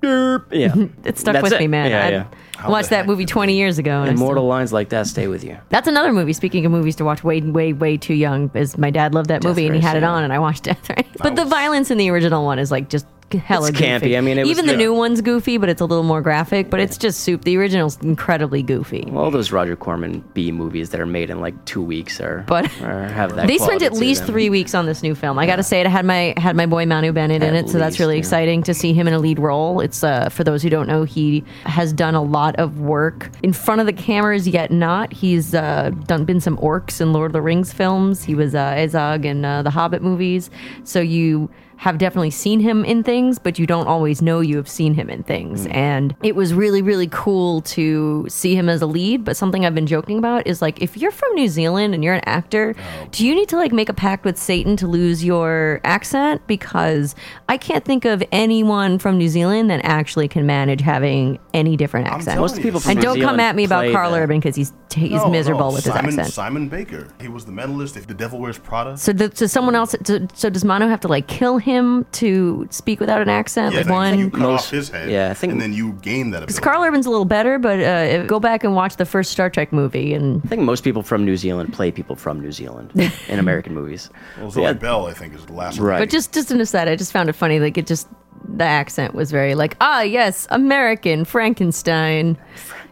Speaker 2: derp. Yeah.
Speaker 5: it stuck
Speaker 2: That's
Speaker 5: with
Speaker 2: it.
Speaker 5: me, man.
Speaker 2: Yeah,
Speaker 5: I
Speaker 2: yeah.
Speaker 5: I watched
Speaker 1: the
Speaker 5: that
Speaker 1: heck
Speaker 5: movie
Speaker 1: did
Speaker 5: 20 years ago, and I still-
Speaker 2: Immortal lines like that stay with you.
Speaker 5: That's another movie. Speaking of movies to watch, way, way, way too young. Is my dad loved that movie and he
Speaker 2: Race,
Speaker 5: had it
Speaker 2: yeah.
Speaker 5: on, and I watched Death Race. But the
Speaker 1: was-
Speaker 5: violence in the original one is like just hella
Speaker 2: It's campy.
Speaker 5: goofy.
Speaker 2: I mean, it was-
Speaker 5: even the
Speaker 2: yeah.
Speaker 5: new one's goofy, but it's a little more graphic. But it's just soup. The original's incredibly goofy.
Speaker 2: All those Roger Corman B movies that are made in like two weeks are,
Speaker 5: But-
Speaker 2: are have that.
Speaker 5: They spent
Speaker 2: quality
Speaker 5: at
Speaker 2: to
Speaker 5: least
Speaker 2: them.
Speaker 5: three weeks on this new film. I gotta say, it had my had my boy Manu Bennett in
Speaker 2: At
Speaker 5: it, so that's really
Speaker 2: least, yeah.
Speaker 5: exciting to see him in a lead role. It's uh, for those who don't know, he has done a lot of work in front of the cameras, yet not. He's uh, done been some orcs in Lord of the Rings films. He was uh, Azog in uh, the Hobbit movies. So you have definitely seen him in things, but you don't always know you have seen him in
Speaker 1: Hmm.
Speaker 5: things. And it was really, really cool to see him as a lead. But something I've been joking about is like, if you're from New Zealand and you're an actor,
Speaker 1: Oh,
Speaker 5: do you need to like make a pact with Satan to lose your accent? Because I can't think of anyone from New Zealand that actually can manage having any different accent.
Speaker 1: telling
Speaker 2: Most people from
Speaker 5: And
Speaker 2: New
Speaker 5: don't come
Speaker 2: Zealand
Speaker 5: at me about
Speaker 2: play
Speaker 5: Carl
Speaker 2: that.
Speaker 5: Urban because he's he's
Speaker 1: No, no,
Speaker 5: miserable with
Speaker 1: Simon,
Speaker 5: his accent.
Speaker 1: Simon Baker. He was the medalist. If the devil wears Prada.
Speaker 5: So, th- so someone else. So, so does Mono have to like kill him to speak without an accent?
Speaker 1: Yeah,
Speaker 5: like
Speaker 1: then you
Speaker 5: one.
Speaker 1: cut
Speaker 2: most-
Speaker 1: off his head.
Speaker 2: yeah, I think-
Speaker 1: and then you gain that ability.
Speaker 5: Carl Urban's a little better, but uh, go back and watch the first Star Trek movie, and
Speaker 2: I think most people from New Zealand play people from New Zealand in American movies.
Speaker 1: Well, Zoe Bell, I think, is the last one.
Speaker 2: Right.
Speaker 5: but just just an aside, I just found it funny. Like it just the accent was very like ah yes American Frankenstein,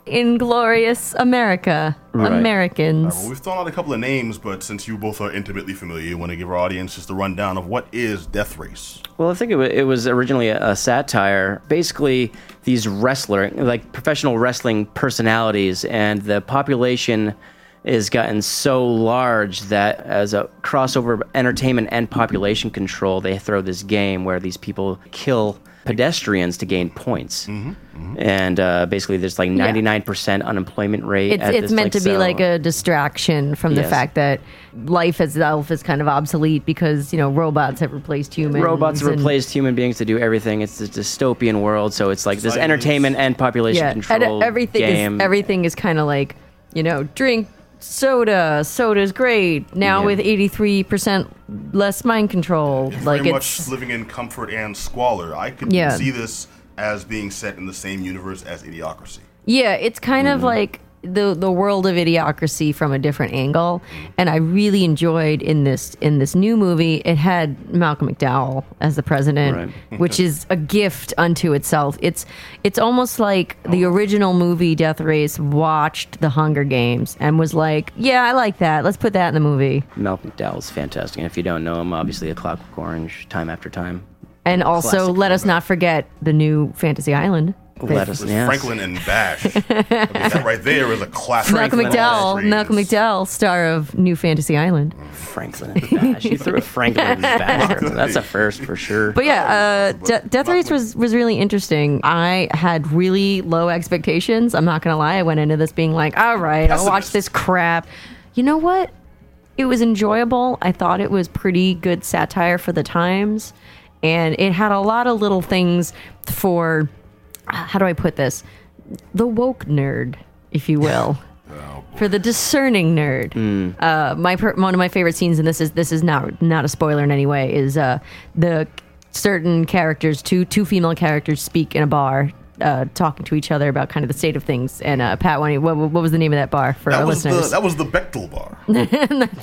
Speaker 5: inglorious America
Speaker 2: Right.
Speaker 1: Well,
Speaker 5: Americans.
Speaker 1: we've thrown out a couple of names, but since you both are intimately familiar, you want to give our audience just a rundown of what is Death Race.
Speaker 2: Well, I think it, wa it was originally a, a satire. Basically, these wrestler, like professional wrestling personalities, and the population has gotten so large that as a crossover of entertainment and population control, they throw this game where these people kill pedestrians to gain points. And uh, basically, there's like 99% unemployment rate.
Speaker 5: It's,
Speaker 2: at
Speaker 5: it's
Speaker 2: this,
Speaker 5: meant to be
Speaker 2: so-
Speaker 5: like a distraction from the
Speaker 2: Yes.
Speaker 5: fact that life itself is kind of obsolete because you know robots have replaced humans.
Speaker 2: robots have
Speaker 5: and-
Speaker 2: replaced human beings to do everything. It's a dystopian world, so it's like this
Speaker 1: like
Speaker 2: entertainment and population
Speaker 5: and
Speaker 2: control
Speaker 5: everything
Speaker 2: game.
Speaker 5: is everything is kind of like you know drink soda soda's great now
Speaker 2: Yeah.
Speaker 5: with 83% less mind control like
Speaker 1: Very
Speaker 5: it's
Speaker 1: much living in comfort and squalor. I could
Speaker 5: Yeah.
Speaker 1: see this as being set in the same universe as Idiocracy.
Speaker 5: yeah it's kind
Speaker 2: Mm-hmm.
Speaker 5: of like the the world of idiocracy from a different angle and i really enjoyed in this in this new movie it had malcolm mcdowell as the president
Speaker 2: Right.
Speaker 5: which is a gift unto itself it's it's almost like the
Speaker 2: Oh.
Speaker 5: original movie death race watched the hunger games and was like yeah i like that let's put that in the movie
Speaker 2: Malcolm McDowell's fantastic, and if you don't know him, obviously a Clockwork Orange, time after time.
Speaker 5: And also,
Speaker 2: Classic
Speaker 5: let us not forget the new Fantasy Island.
Speaker 2: Let us
Speaker 1: With
Speaker 2: yes.
Speaker 1: Franklin and Bash. I mean, that right there is a classic.
Speaker 5: Malcolm
Speaker 2: Franklin
Speaker 5: McDowell,
Speaker 1: Death Race.
Speaker 5: Malcolm McDowell, star of New Fantasy Island.
Speaker 2: Franklin and Bash. you threw a Franklin and Bash. That's a first for sure.
Speaker 5: But yeah, uh,
Speaker 1: but
Speaker 5: De- Death Race
Speaker 1: Malcolm-
Speaker 5: was, was really interesting. I had really low expectations. I'm not gonna lie. I went into this being like, all right, I'll watch
Speaker 1: Pessimist.
Speaker 5: this crap. You know what? It was enjoyable. I thought it was pretty good satire for the times, and it had a lot of little things for. uh, How do I put this? The woke nerd, if you will. for the discerning nerd.
Speaker 1: Hmm.
Speaker 5: Uh, my per- one of my favorite scenes, and this is this is not not a spoiler in any way, is uh, the certain characters, two two female characters, speak in a bar. Uh, talking to each other about kind of the state of things, and uh, Pat, why don't you- what, what was the name of that bar for
Speaker 1: That
Speaker 5: our
Speaker 1: was, the,
Speaker 5: listeners?
Speaker 1: that was the Bechtel bar.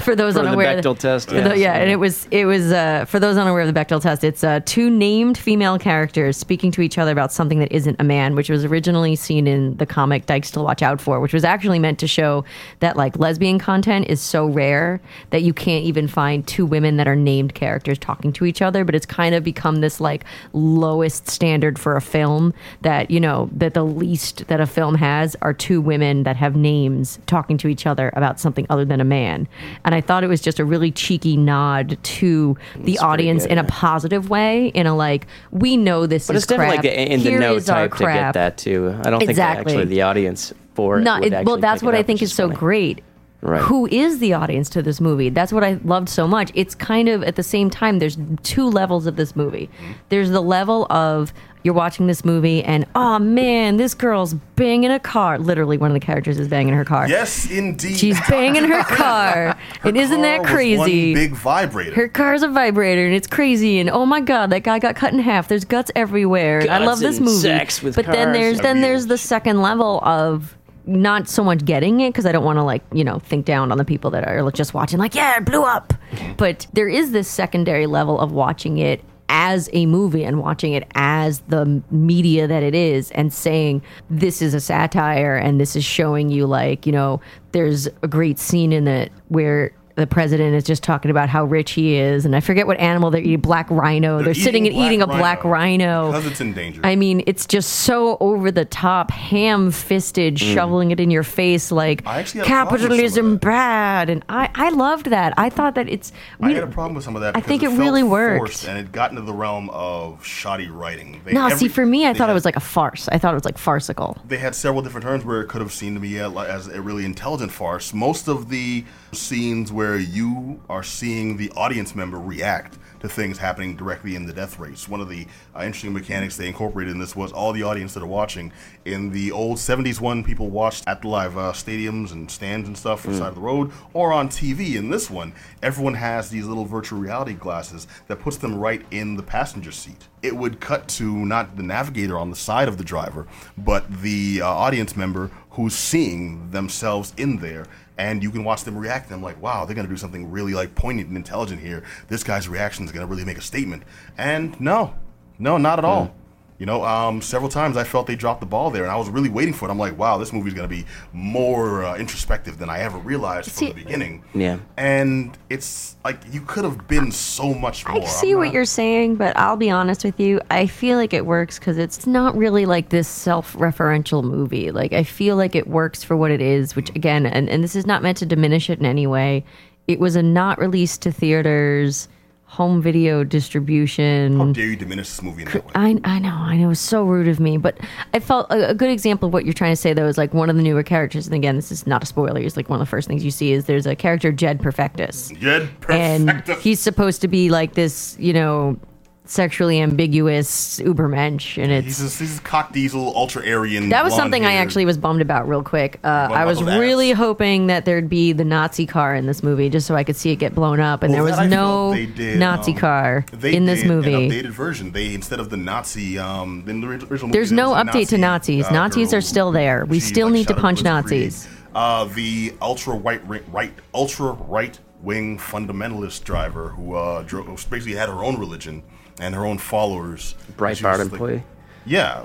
Speaker 5: for those
Speaker 2: the
Speaker 5: unaware,
Speaker 2: Bechdel test,
Speaker 5: for the-
Speaker 2: yes.
Speaker 5: yeah, and it was it was uh, for those unaware of the Bechdel test. It's uh, two named female characters speaking to each other about something that isn't a man, which was originally seen in the comic Dykes to Watch Out for, which was actually meant to show that like lesbian content is so rare that you can't even find two women that are named characters talking to each other. But it's kind of become this like lowest standard for a film that you know that the least that a film has are two women that have names talking to each other about something other than a man and i thought it was just a really cheeky nod to the audience
Speaker 2: good,
Speaker 5: in a
Speaker 2: yeah.
Speaker 5: positive way in a like we know this
Speaker 2: But
Speaker 5: is
Speaker 2: it's definitely
Speaker 5: crap.
Speaker 2: like the in the
Speaker 5: Here
Speaker 2: know
Speaker 5: is our
Speaker 2: type to get
Speaker 5: crap.
Speaker 2: that too. I don't
Speaker 5: Exactly.
Speaker 2: think actually the audience for it.
Speaker 5: Not-
Speaker 2: would
Speaker 5: it- well
Speaker 2: actually
Speaker 5: that's
Speaker 2: pick it
Speaker 5: what i
Speaker 2: up,
Speaker 5: think
Speaker 2: which
Speaker 5: is so
Speaker 2: funny.
Speaker 5: great
Speaker 2: Right.
Speaker 5: who is the audience to this movie that's what i loved so much it's kind of at the same time there's two levels of this movie there's the level of you're watching this movie and oh man this girl's banging a car literally one of the characters is banging her car
Speaker 1: Yes, indeed.
Speaker 5: she's banging her car and isn't
Speaker 1: Car
Speaker 5: that
Speaker 1: with
Speaker 5: crazy
Speaker 1: one big vibrator.
Speaker 5: her car's a vibrator and it's crazy and oh my god that guy got cut in half there's guts everywhere i
Speaker 2: Guts
Speaker 5: love this
Speaker 2: and
Speaker 5: movie
Speaker 2: sex with
Speaker 5: but then
Speaker 2: cars.
Speaker 5: there's
Speaker 1: A
Speaker 5: then
Speaker 1: real
Speaker 5: there's the
Speaker 1: shit.
Speaker 5: second level of not so much getting it because i don't want to like you know think down on the people that are like, just watching like yeah it blew up but there is this secondary level of watching it as a movie and watching it as the media that it is and saying this is a satire and this is showing you like you know there's a great scene in it where the president is just talking about how rich he is, and I forget what animal they're eating. Black rhino. They're,
Speaker 1: eating
Speaker 5: sitting and
Speaker 1: black
Speaker 5: eating a black rhino.
Speaker 1: Because it's endangered.
Speaker 5: I mean, it's just so over the top, ham fisted, shoveling it in your face like
Speaker 1: Hmm. I actually had a problem with some of
Speaker 5: capitalism
Speaker 1: that.
Speaker 5: bad. And I, I loved that. I thought that it's.
Speaker 1: I
Speaker 5: we-
Speaker 1: had a problem with some of that.
Speaker 5: I
Speaker 1: because
Speaker 5: think it
Speaker 1: felt
Speaker 5: really worked.
Speaker 1: forced and it got into the realm of shoddy writing. They-
Speaker 5: No, see,
Speaker 1: every-
Speaker 5: for me, I
Speaker 1: they
Speaker 5: thought
Speaker 1: had-
Speaker 5: it was like a farce. I thought it was like farcical.
Speaker 1: they had several different turns where it could have seemed to me a- as a really intelligent farce. Most of the scenes where you are seeing the audience member react to things happening directly in the death race. One of the uh, interesting mechanics they incorporated in this was all the audience that are watching. In the old 70s one, people watched at the live uh, stadiums and stands and stuff on the side of the road or on TV. In this one, everyone has these little virtual reality glasses that puts them right in the passenger seat it would cut to not the navigator on the side of the driver, but the uh, audience member who's seeing themselves in there. And you can watch them react. And I'm like, wow, they're going to do something really like poignant and intelligent here. This guy's reaction is going to really make a statement. And no, no, not at all. You know, um, several times I felt they dropped the ball there, and I was really waiting for it. I'm like, wow, this movie's going to be more uh, introspective than I ever realized from
Speaker 5: See-
Speaker 1: the beginning.
Speaker 2: Yeah.
Speaker 1: And it's like you could have been so much more.
Speaker 5: I
Speaker 1: Oh, I'm
Speaker 5: see what
Speaker 1: not-
Speaker 5: you're saying, but I'll be honest with you. I feel like it works because it's not really like this self referential movie. Like, I feel like it works for what it is,
Speaker 1: Hmm.
Speaker 5: which, again, and, and this is not meant to diminish it in any way. It was a not released to theaters, home video distribution.
Speaker 1: How dare you diminish this movie in that way?
Speaker 5: I, I know, I know. It's so rude of me. But I felt a, a good example of what you're trying to say, though, is like one of the newer characters. And again, this is not a spoiler. It's like one of the first things you see is there's a character, Jed Perfectus.
Speaker 1: Jed
Speaker 5: And
Speaker 1: Perfectus.
Speaker 5: he's supposed to be like this, you know, sexually ambiguous ubermensch. And it's.
Speaker 1: He's this, he's this cock diesel, ultra Aryan.
Speaker 5: that was
Speaker 1: blonde
Speaker 5: something I
Speaker 1: haired-
Speaker 5: actually was bummed about real quick. Uh, I was
Speaker 1: about that?
Speaker 5: really hoping that there'd be the Nazi car in this movie just so I could see it get blown up. And
Speaker 1: Well,
Speaker 5: there
Speaker 1: that I
Speaker 5: was
Speaker 1: felt
Speaker 5: no
Speaker 1: they did,
Speaker 5: Nazi
Speaker 1: um,
Speaker 5: car
Speaker 1: They
Speaker 5: in this
Speaker 1: did
Speaker 5: movie.
Speaker 1: An updated version. They instead of the Nazi, um, in the ori- original. Movie,
Speaker 5: There's
Speaker 1: there
Speaker 5: no
Speaker 1: was a
Speaker 5: update to Nazis.
Speaker 1: uh,
Speaker 5: Nazis
Speaker 1: girl.
Speaker 5: are still there. We
Speaker 1: She,
Speaker 5: still
Speaker 1: like,
Speaker 5: need to
Speaker 1: shouted
Speaker 5: punch
Speaker 1: Blitzkrieg.
Speaker 5: Nazis.
Speaker 1: Uh, the ultra white ri- right, ultra right wing fundamentalist driver who uh, drove, basically had her own religion and her own followers. She was
Speaker 2: Breitbart
Speaker 1: just like-
Speaker 2: employee.
Speaker 1: Yeah,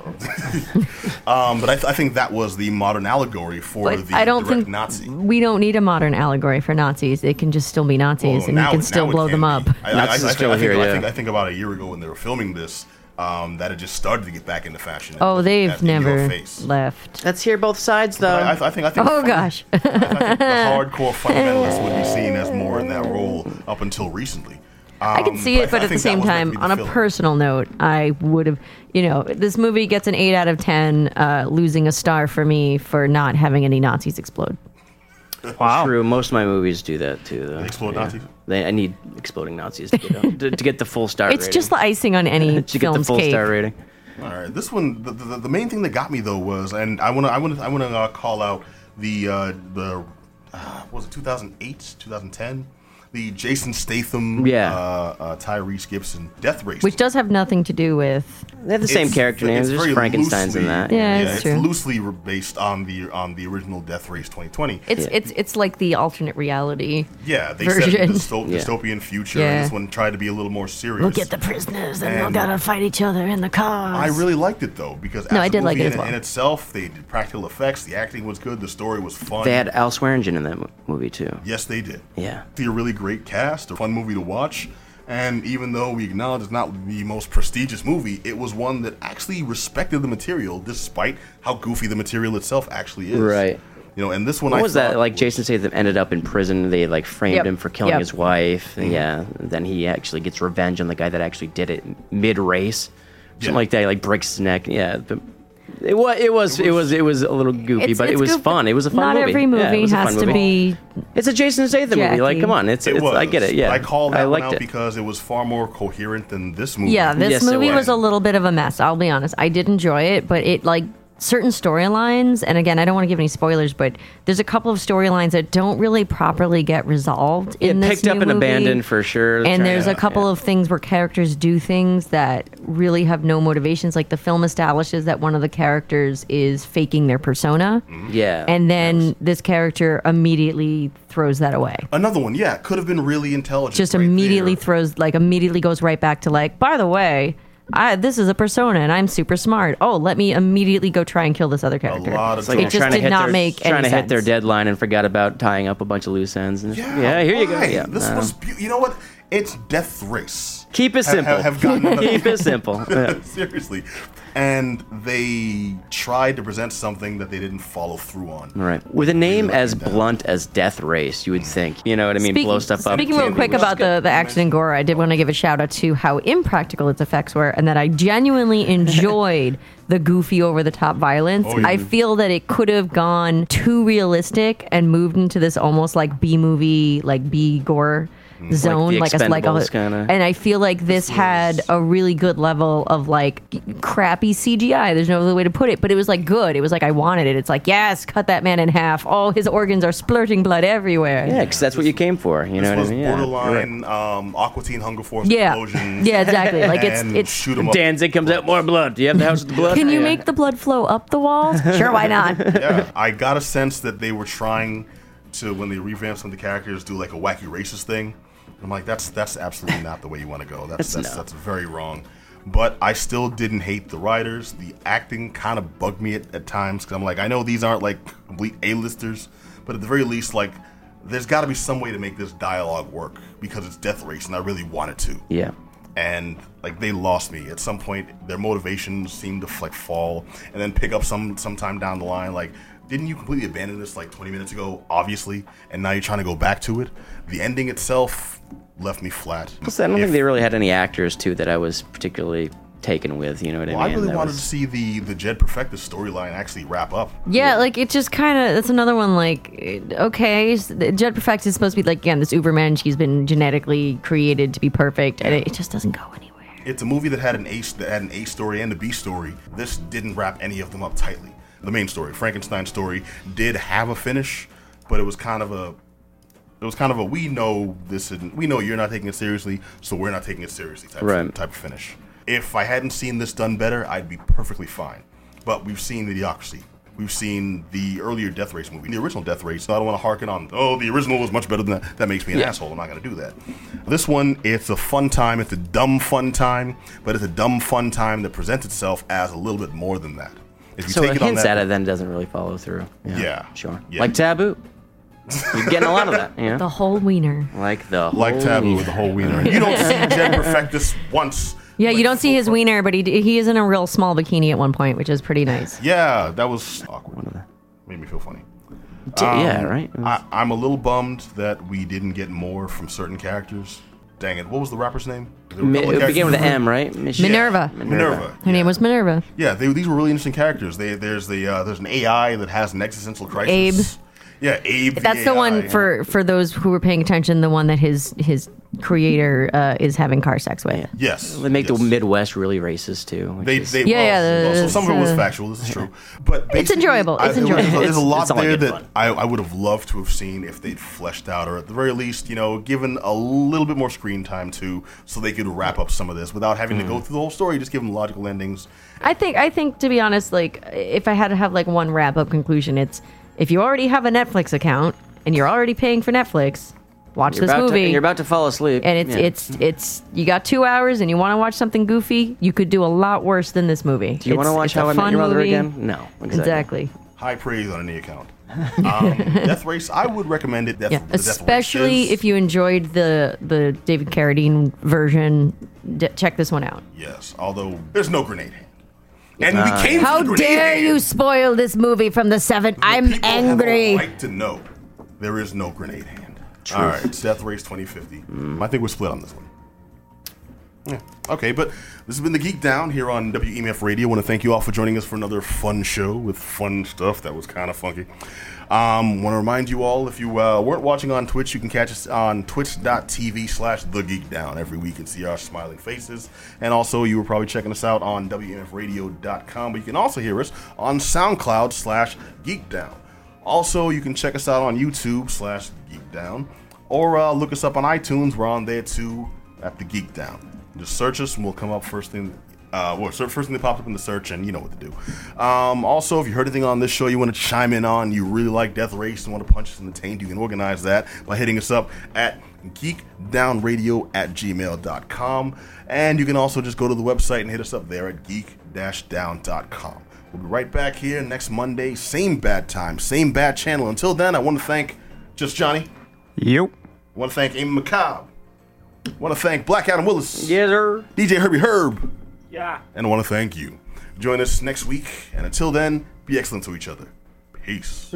Speaker 1: um, but I, th- I think that was the modern allegory for
Speaker 5: But
Speaker 1: the
Speaker 5: I don't
Speaker 1: direct
Speaker 5: think
Speaker 1: Nazi.
Speaker 5: we don't need a modern allegory for Nazis. They can just still be Nazis,
Speaker 1: Well,
Speaker 5: and
Speaker 1: Oh, now
Speaker 5: you can
Speaker 1: it-
Speaker 5: still
Speaker 1: now it
Speaker 5: blow them up.
Speaker 1: be. I, I, I,
Speaker 2: Nazis
Speaker 1: I,
Speaker 2: are
Speaker 1: think,
Speaker 2: still
Speaker 1: I, think,
Speaker 2: here,
Speaker 1: I,
Speaker 2: yeah.
Speaker 1: think, I think about a year ago when they were filming this, um, that it just started to get back into fashion.
Speaker 5: Oh,
Speaker 1: At-
Speaker 5: they've
Speaker 1: at- in your
Speaker 5: never
Speaker 1: face.
Speaker 5: left.
Speaker 2: Let's hear both sides, though.
Speaker 1: I, I, I think. I think.
Speaker 5: Oh gosh,
Speaker 1: I think the hardcore fundamentalists would be seen as more in that role up until recently.
Speaker 5: I can
Speaker 1: Um,
Speaker 5: see it,
Speaker 1: I-
Speaker 5: but
Speaker 1: I
Speaker 5: at the
Speaker 1: think that
Speaker 5: same
Speaker 1: was meant to
Speaker 5: time,
Speaker 1: be the
Speaker 5: on a
Speaker 1: filler.
Speaker 5: personal note, I would have. You know, this movie gets an eight out of ten, uh, losing a star for me for not having any Nazis explode. Oh.
Speaker 4: Wow.
Speaker 2: True. Most of my movies do that too, though.
Speaker 1: explode Nazis?
Speaker 2: They, I need exploding Nazis to get, to, to get the full star.
Speaker 5: It's
Speaker 2: rating.
Speaker 5: just the icing on
Speaker 2: to
Speaker 5: any
Speaker 2: get the
Speaker 5: film's
Speaker 2: full
Speaker 5: cake.
Speaker 2: star rating.
Speaker 1: All right, this one. The, the, the main thing that got me though was, and I want to, I want to, I want to uh, call out the uh, the uh, what was it 2008, 2010, the Jason Statham,
Speaker 2: Yeah.
Speaker 1: uh, uh, Tyrese Gibson death race,
Speaker 5: Which does have nothing to do with
Speaker 2: They have the same
Speaker 1: It's-
Speaker 2: character names.
Speaker 1: it's
Speaker 2: There's
Speaker 1: very
Speaker 2: Frankenstein's in
Speaker 1: loosely-
Speaker 2: that.
Speaker 5: Yeah,
Speaker 1: yeah,
Speaker 5: it's
Speaker 1: it's
Speaker 5: true.
Speaker 1: loosely re- based on the on the original Death Race 2020.
Speaker 5: It's it's it's like the alternate reality.
Speaker 1: yeah, they said
Speaker 5: version.
Speaker 1: dysto-
Speaker 2: Yeah.
Speaker 1: dystopian future,
Speaker 5: Yeah.
Speaker 1: and this one tried to be a little more serious.
Speaker 5: We'll get the prisoners, and,
Speaker 1: And-
Speaker 5: they'll gotta fight each other in the cars.
Speaker 1: I really liked it though because
Speaker 5: No,
Speaker 1: as
Speaker 5: I
Speaker 1: a
Speaker 5: did like
Speaker 1: movie in,
Speaker 5: it as well.
Speaker 1: in itself, they did practical effects, the acting was good, the story was fun.
Speaker 2: They had Al Swearingen in that mo- movie too.
Speaker 1: yes, they did.
Speaker 2: Yeah.
Speaker 1: a really great cast, a fun movie to watch. And even though we acknowledge it's not the most prestigious movie, it was one that actually respected the material despite how goofy the material itself actually is.
Speaker 2: Right.
Speaker 1: You know, and this one I
Speaker 2: What was that?
Speaker 1: thought
Speaker 2: Like
Speaker 1: was-
Speaker 2: Jason Statham ended up in prison. They like framed
Speaker 5: Yep.
Speaker 2: him for killing
Speaker 5: Yep.
Speaker 2: his wife.
Speaker 1: Mm-hmm.
Speaker 2: Yeah. And then he actually gets revenge on the guy that actually did it mid race, something
Speaker 1: Yeah.
Speaker 2: like that. He, like breaks his neck. Yeah. But it was it was it was it was a little goofy,
Speaker 5: It's-
Speaker 2: but
Speaker 5: it's
Speaker 2: it was
Speaker 5: goofy.
Speaker 2: fun. It was a fun
Speaker 5: Not
Speaker 2: movie.
Speaker 5: every
Speaker 2: Yeah, it
Speaker 5: movie
Speaker 2: was a fun
Speaker 5: has to
Speaker 2: movie.
Speaker 5: be.
Speaker 2: It's a Jason Statham movie. Like,
Speaker 5: Jackie.
Speaker 2: come on, it's,
Speaker 1: It
Speaker 2: it's
Speaker 1: was.
Speaker 2: I get it. Yeah,
Speaker 1: I called that one
Speaker 2: liked
Speaker 1: out
Speaker 2: it.
Speaker 1: because it was far more coherent than this movie.
Speaker 5: Yeah, this
Speaker 2: Yes, it
Speaker 5: movie was
Speaker 1: was.
Speaker 5: a little bit of a mess. I'll be honest. I did enjoy it, but it like certain storylines, and again, I don't want to give any spoilers, but there's a couple of storylines that don't really properly get resolved in
Speaker 2: it
Speaker 5: this
Speaker 2: picked up
Speaker 5: new
Speaker 2: and
Speaker 5: movie.
Speaker 2: abandoned for sure.
Speaker 5: and there's
Speaker 2: Yeah.
Speaker 5: a couple
Speaker 2: Yeah.
Speaker 5: of things where characters do things that really have no motivations. Like the film establishes that one of the characters is faking their persona,
Speaker 2: yeah,
Speaker 5: and then this character immediately throws that away.
Speaker 1: Another one, yeah, could have been really intelligent.
Speaker 5: Just
Speaker 1: right
Speaker 5: immediately
Speaker 1: there.
Speaker 5: throws, like, immediately goes right back to like. By the way, I, this is a persona and I'm super smart. Oh, let me immediately go try and kill this other character.
Speaker 1: lot of
Speaker 2: It's like
Speaker 1: It
Speaker 2: you're
Speaker 5: just
Speaker 2: trying to
Speaker 5: did
Speaker 2: hit
Speaker 5: not
Speaker 2: their,
Speaker 5: make
Speaker 2: trying
Speaker 5: any
Speaker 2: to hit their
Speaker 5: sense.
Speaker 2: deadline and forgot about tying up a bunch of loose ends. And yeah, here you go.
Speaker 1: why?
Speaker 2: Yeah,
Speaker 1: This
Speaker 2: uh,
Speaker 1: was be- you know what? It's Death Race.
Speaker 2: keep it
Speaker 1: Have-
Speaker 2: simple.
Speaker 1: Have, have gotten another-
Speaker 2: keep it simple. Yeah.
Speaker 1: Seriously. And they tried to present something that they didn't follow through on.
Speaker 2: Right. With a name
Speaker 1: Really
Speaker 2: as
Speaker 1: like that.
Speaker 2: blunt as Death Race, you would think. You know what I mean? Blow stuff up.
Speaker 5: Speaking real
Speaker 2: candy,
Speaker 5: quick
Speaker 2: which is
Speaker 5: about the, the action in Gora, I did want to give a shout out to how impractical its effects were and that I genuinely enjoyed the goofy over the top violence.
Speaker 1: Oh, yeah.
Speaker 5: I feel that it could have gone too realistic and moved into this almost like B movie, like B gore zone
Speaker 2: the
Speaker 5: like a, like
Speaker 2: Expendables
Speaker 5: a,
Speaker 2: kinda.
Speaker 5: and I feel like this had a really good level of like crappy CGI there's no other way to put it but it was like good it was like I wanted it it's like yes cut that man in half oh his organs are splurting blood everywhere
Speaker 2: Yeah, because that's what you came for. You know
Speaker 1: This
Speaker 2: what I
Speaker 1: was
Speaker 2: mean? Yeah.
Speaker 1: borderline um, Aqua Teen Hunger Force
Speaker 5: Yeah.
Speaker 1: explosions.
Speaker 5: Yeah, exactly. Like it's
Speaker 1: and
Speaker 5: it's.
Speaker 1: shoot 'em up.
Speaker 2: Danzig comes out more blood. Do you have the house with the blood?
Speaker 5: Can you
Speaker 2: Yeah.
Speaker 5: make the blood flow up the walls? Sure, why not?
Speaker 1: yeah, I got a sense that they were trying to when they revamped some of the characters do like a wacky racist thing. I'm like, that's that's absolutely not the way you want to go. That's that's,
Speaker 2: no.
Speaker 1: that's very wrong. But I still didn't hate the writers. The acting kind of bugged me at, at times because I'm like, I know these aren't like complete A-listers, but at the very least, like, there's got to be some way to make this dialogue work because it's Death Race, and I really wanted to
Speaker 2: Yeah.
Speaker 1: and like they lost me at some point their motivations seemed to like fall and then pick up some sometime down the line like didn't you completely abandon this like 20 minutes ago obviously and now you're trying to go back to it the ending itself left me flat
Speaker 2: Plus, I don't
Speaker 1: If-
Speaker 2: think they really had any actors too that I was particularly taken with. You know what
Speaker 1: well,
Speaker 2: I
Speaker 1: i
Speaker 2: mean?
Speaker 1: really
Speaker 2: That
Speaker 1: wanted
Speaker 2: was-
Speaker 1: to see the the jed perfecta storyline actually wrap up
Speaker 5: Yeah, like it just kind of. That's another one. Like, it- okay, s- the Jed Perfect is supposed to be like again this Uberman. She's been genetically created to be perfect, and it, it just doesn't go anywhere.
Speaker 1: it's a movie that had an a that had an a story and a b story this didn't wrap any of them up tightly the main story frankenstein's story did have a finish but it was kind of a it was kind of a we know this isn't we know you're not taking it seriously so we're not taking it seriously type,
Speaker 2: Right.
Speaker 1: type of finish if i hadn't seen this done better i'd be perfectly fine but we've seen idiocracy we've seen the earlier death race movie the original death race so i don't want to harken on oh the original was much better than that that makes me an asshole i'm not going to do that this one it's a fun time it's a dumb fun time but it's a dumb fun time that presents itself as a little bit more than that if you
Speaker 2: So it hints
Speaker 1: that-
Speaker 2: at it, then doesn't really follow through. Yeah.
Speaker 1: Yeah.
Speaker 2: Sure.
Speaker 1: Yeah.
Speaker 2: Like Taboo. You're getting a lot of that. You
Speaker 5: The
Speaker 2: know?
Speaker 5: whole wiener.
Speaker 2: Like the
Speaker 1: like
Speaker 2: whole-
Speaker 1: taboo with the whole wiener you don't see jed perfect this once
Speaker 5: Yeah, you
Speaker 1: like,
Speaker 5: don't see his
Speaker 1: full-
Speaker 5: wiener, but he d- he is in a real small bikini at one point, which is pretty nice.
Speaker 1: Yeah, that was awkward. Made me feel funny.
Speaker 2: T- yeah. Right.
Speaker 1: um, I, I'm a little bummed that we didn't get more from certain characters. Dang it, what was the rapper's name? There were a
Speaker 2: Mi-
Speaker 1: couple of
Speaker 2: it began with an
Speaker 1: characters-
Speaker 2: M, right? Mich-
Speaker 5: Minerva.
Speaker 1: Minerva.
Speaker 5: Her name was Minerva.
Speaker 1: Yeah, they, these were really interesting characters. They, there's the uh, there's an AI that has an existential crisis.
Speaker 5: Abe.
Speaker 1: Yeah, Abe.
Speaker 5: That's the one
Speaker 1: AI.
Speaker 5: for for those who were paying attention. The one that his his creator uh, is having car sex with.
Speaker 1: Yes.
Speaker 2: They make
Speaker 1: yes.
Speaker 2: the Midwest really racist too. which
Speaker 1: They,
Speaker 2: is-
Speaker 1: they,
Speaker 5: Yeah,
Speaker 1: well,
Speaker 5: yeah,
Speaker 1: well, so
Speaker 5: it's,
Speaker 1: some of it was
Speaker 5: uh,
Speaker 1: factual. This is true, but
Speaker 5: It's
Speaker 1: basically,
Speaker 5: enjoyable, it's
Speaker 1: I- there was-
Speaker 5: enjoyable.
Speaker 1: There's a lot
Speaker 2: It's all
Speaker 1: there
Speaker 2: good
Speaker 1: that
Speaker 2: fun.
Speaker 1: I, I would have loved to have seen if they'd fleshed out, or at the very least, you know, given a little bit more screen time to, so they could wrap up some of this without having to go
Speaker 2: Mm.
Speaker 1: through the whole story. Just give them logical endings.
Speaker 5: I think I think to be honest, like if I had to have like one wrap up conclusion, it's if you already have a Netflix account and you're already paying for Netflix, watch
Speaker 2: you're
Speaker 5: this
Speaker 2: about to-
Speaker 5: movie.
Speaker 2: you're about to fall asleep.
Speaker 5: and it's
Speaker 2: Yeah.
Speaker 5: it's it's you got two hours and you want to watch something goofy, you could do a lot worse than this movie.
Speaker 2: Do you want to watch How I Met Your Mother again? No.
Speaker 5: Exactly.
Speaker 1: High praise on any account. Um, Death Race, I would recommend it. Death,
Speaker 5: Yeah,
Speaker 1: the Death Race
Speaker 5: especially
Speaker 1: is-
Speaker 5: if you enjoyed the the David Carradine version. D- check this one out.
Speaker 1: yes, although there's no grenade hand, and we came.
Speaker 5: How
Speaker 1: to the grenade
Speaker 5: dare
Speaker 1: hand.
Speaker 5: you spoil this movie from the seven? I'm
Speaker 1: People
Speaker 5: angry.
Speaker 1: Have a right to know there is no grenade hand. All right, Death Race 2050.
Speaker 5: Mm.
Speaker 1: I think we're split on this one. Yeah. Okay, but this has been the Geek Down here on WEMF Radio. want to thank you all for joining us for another fun show with fun stuff that was kind of funky. Um, want to remind you all, if you uh, weren't watching on Twitch, you can catch us on twitch.tv slash The Geek Down every week and see our smiling faces. And also, you were probably checking us out on E WEMFradio.com, but you can also hear us on SoundCloud slash Geek Down. Also, you can check us out on YouTube slash Geek Down, or uh, look us up on iTunes. We're on there too at the Geek Down. Just search us, and we'll come up first thing Uh, well, so first thing that popped up in the search, and you know what to do. Um, also, if you heard anything on this show you want to chime in on, you really like Death Race and want to punch us in the taint, you can organize that by hitting us up at geekdownradio at gmail.com. And you can also just go to the website and hit us up there at geek-down.com. We'll be right back here next Monday, same bad time, same bad channel. Until then, I want to thank just Johnny.
Speaker 4: Yep.
Speaker 1: I want to thank Amy McCobb. I want to thank Black Adam Willis.
Speaker 2: Yeah, sir.
Speaker 1: DJ Herbie Herb.
Speaker 2: Yeah.
Speaker 1: And I want to thank you. Join us next week. And until then, be excellent to each other. Peace.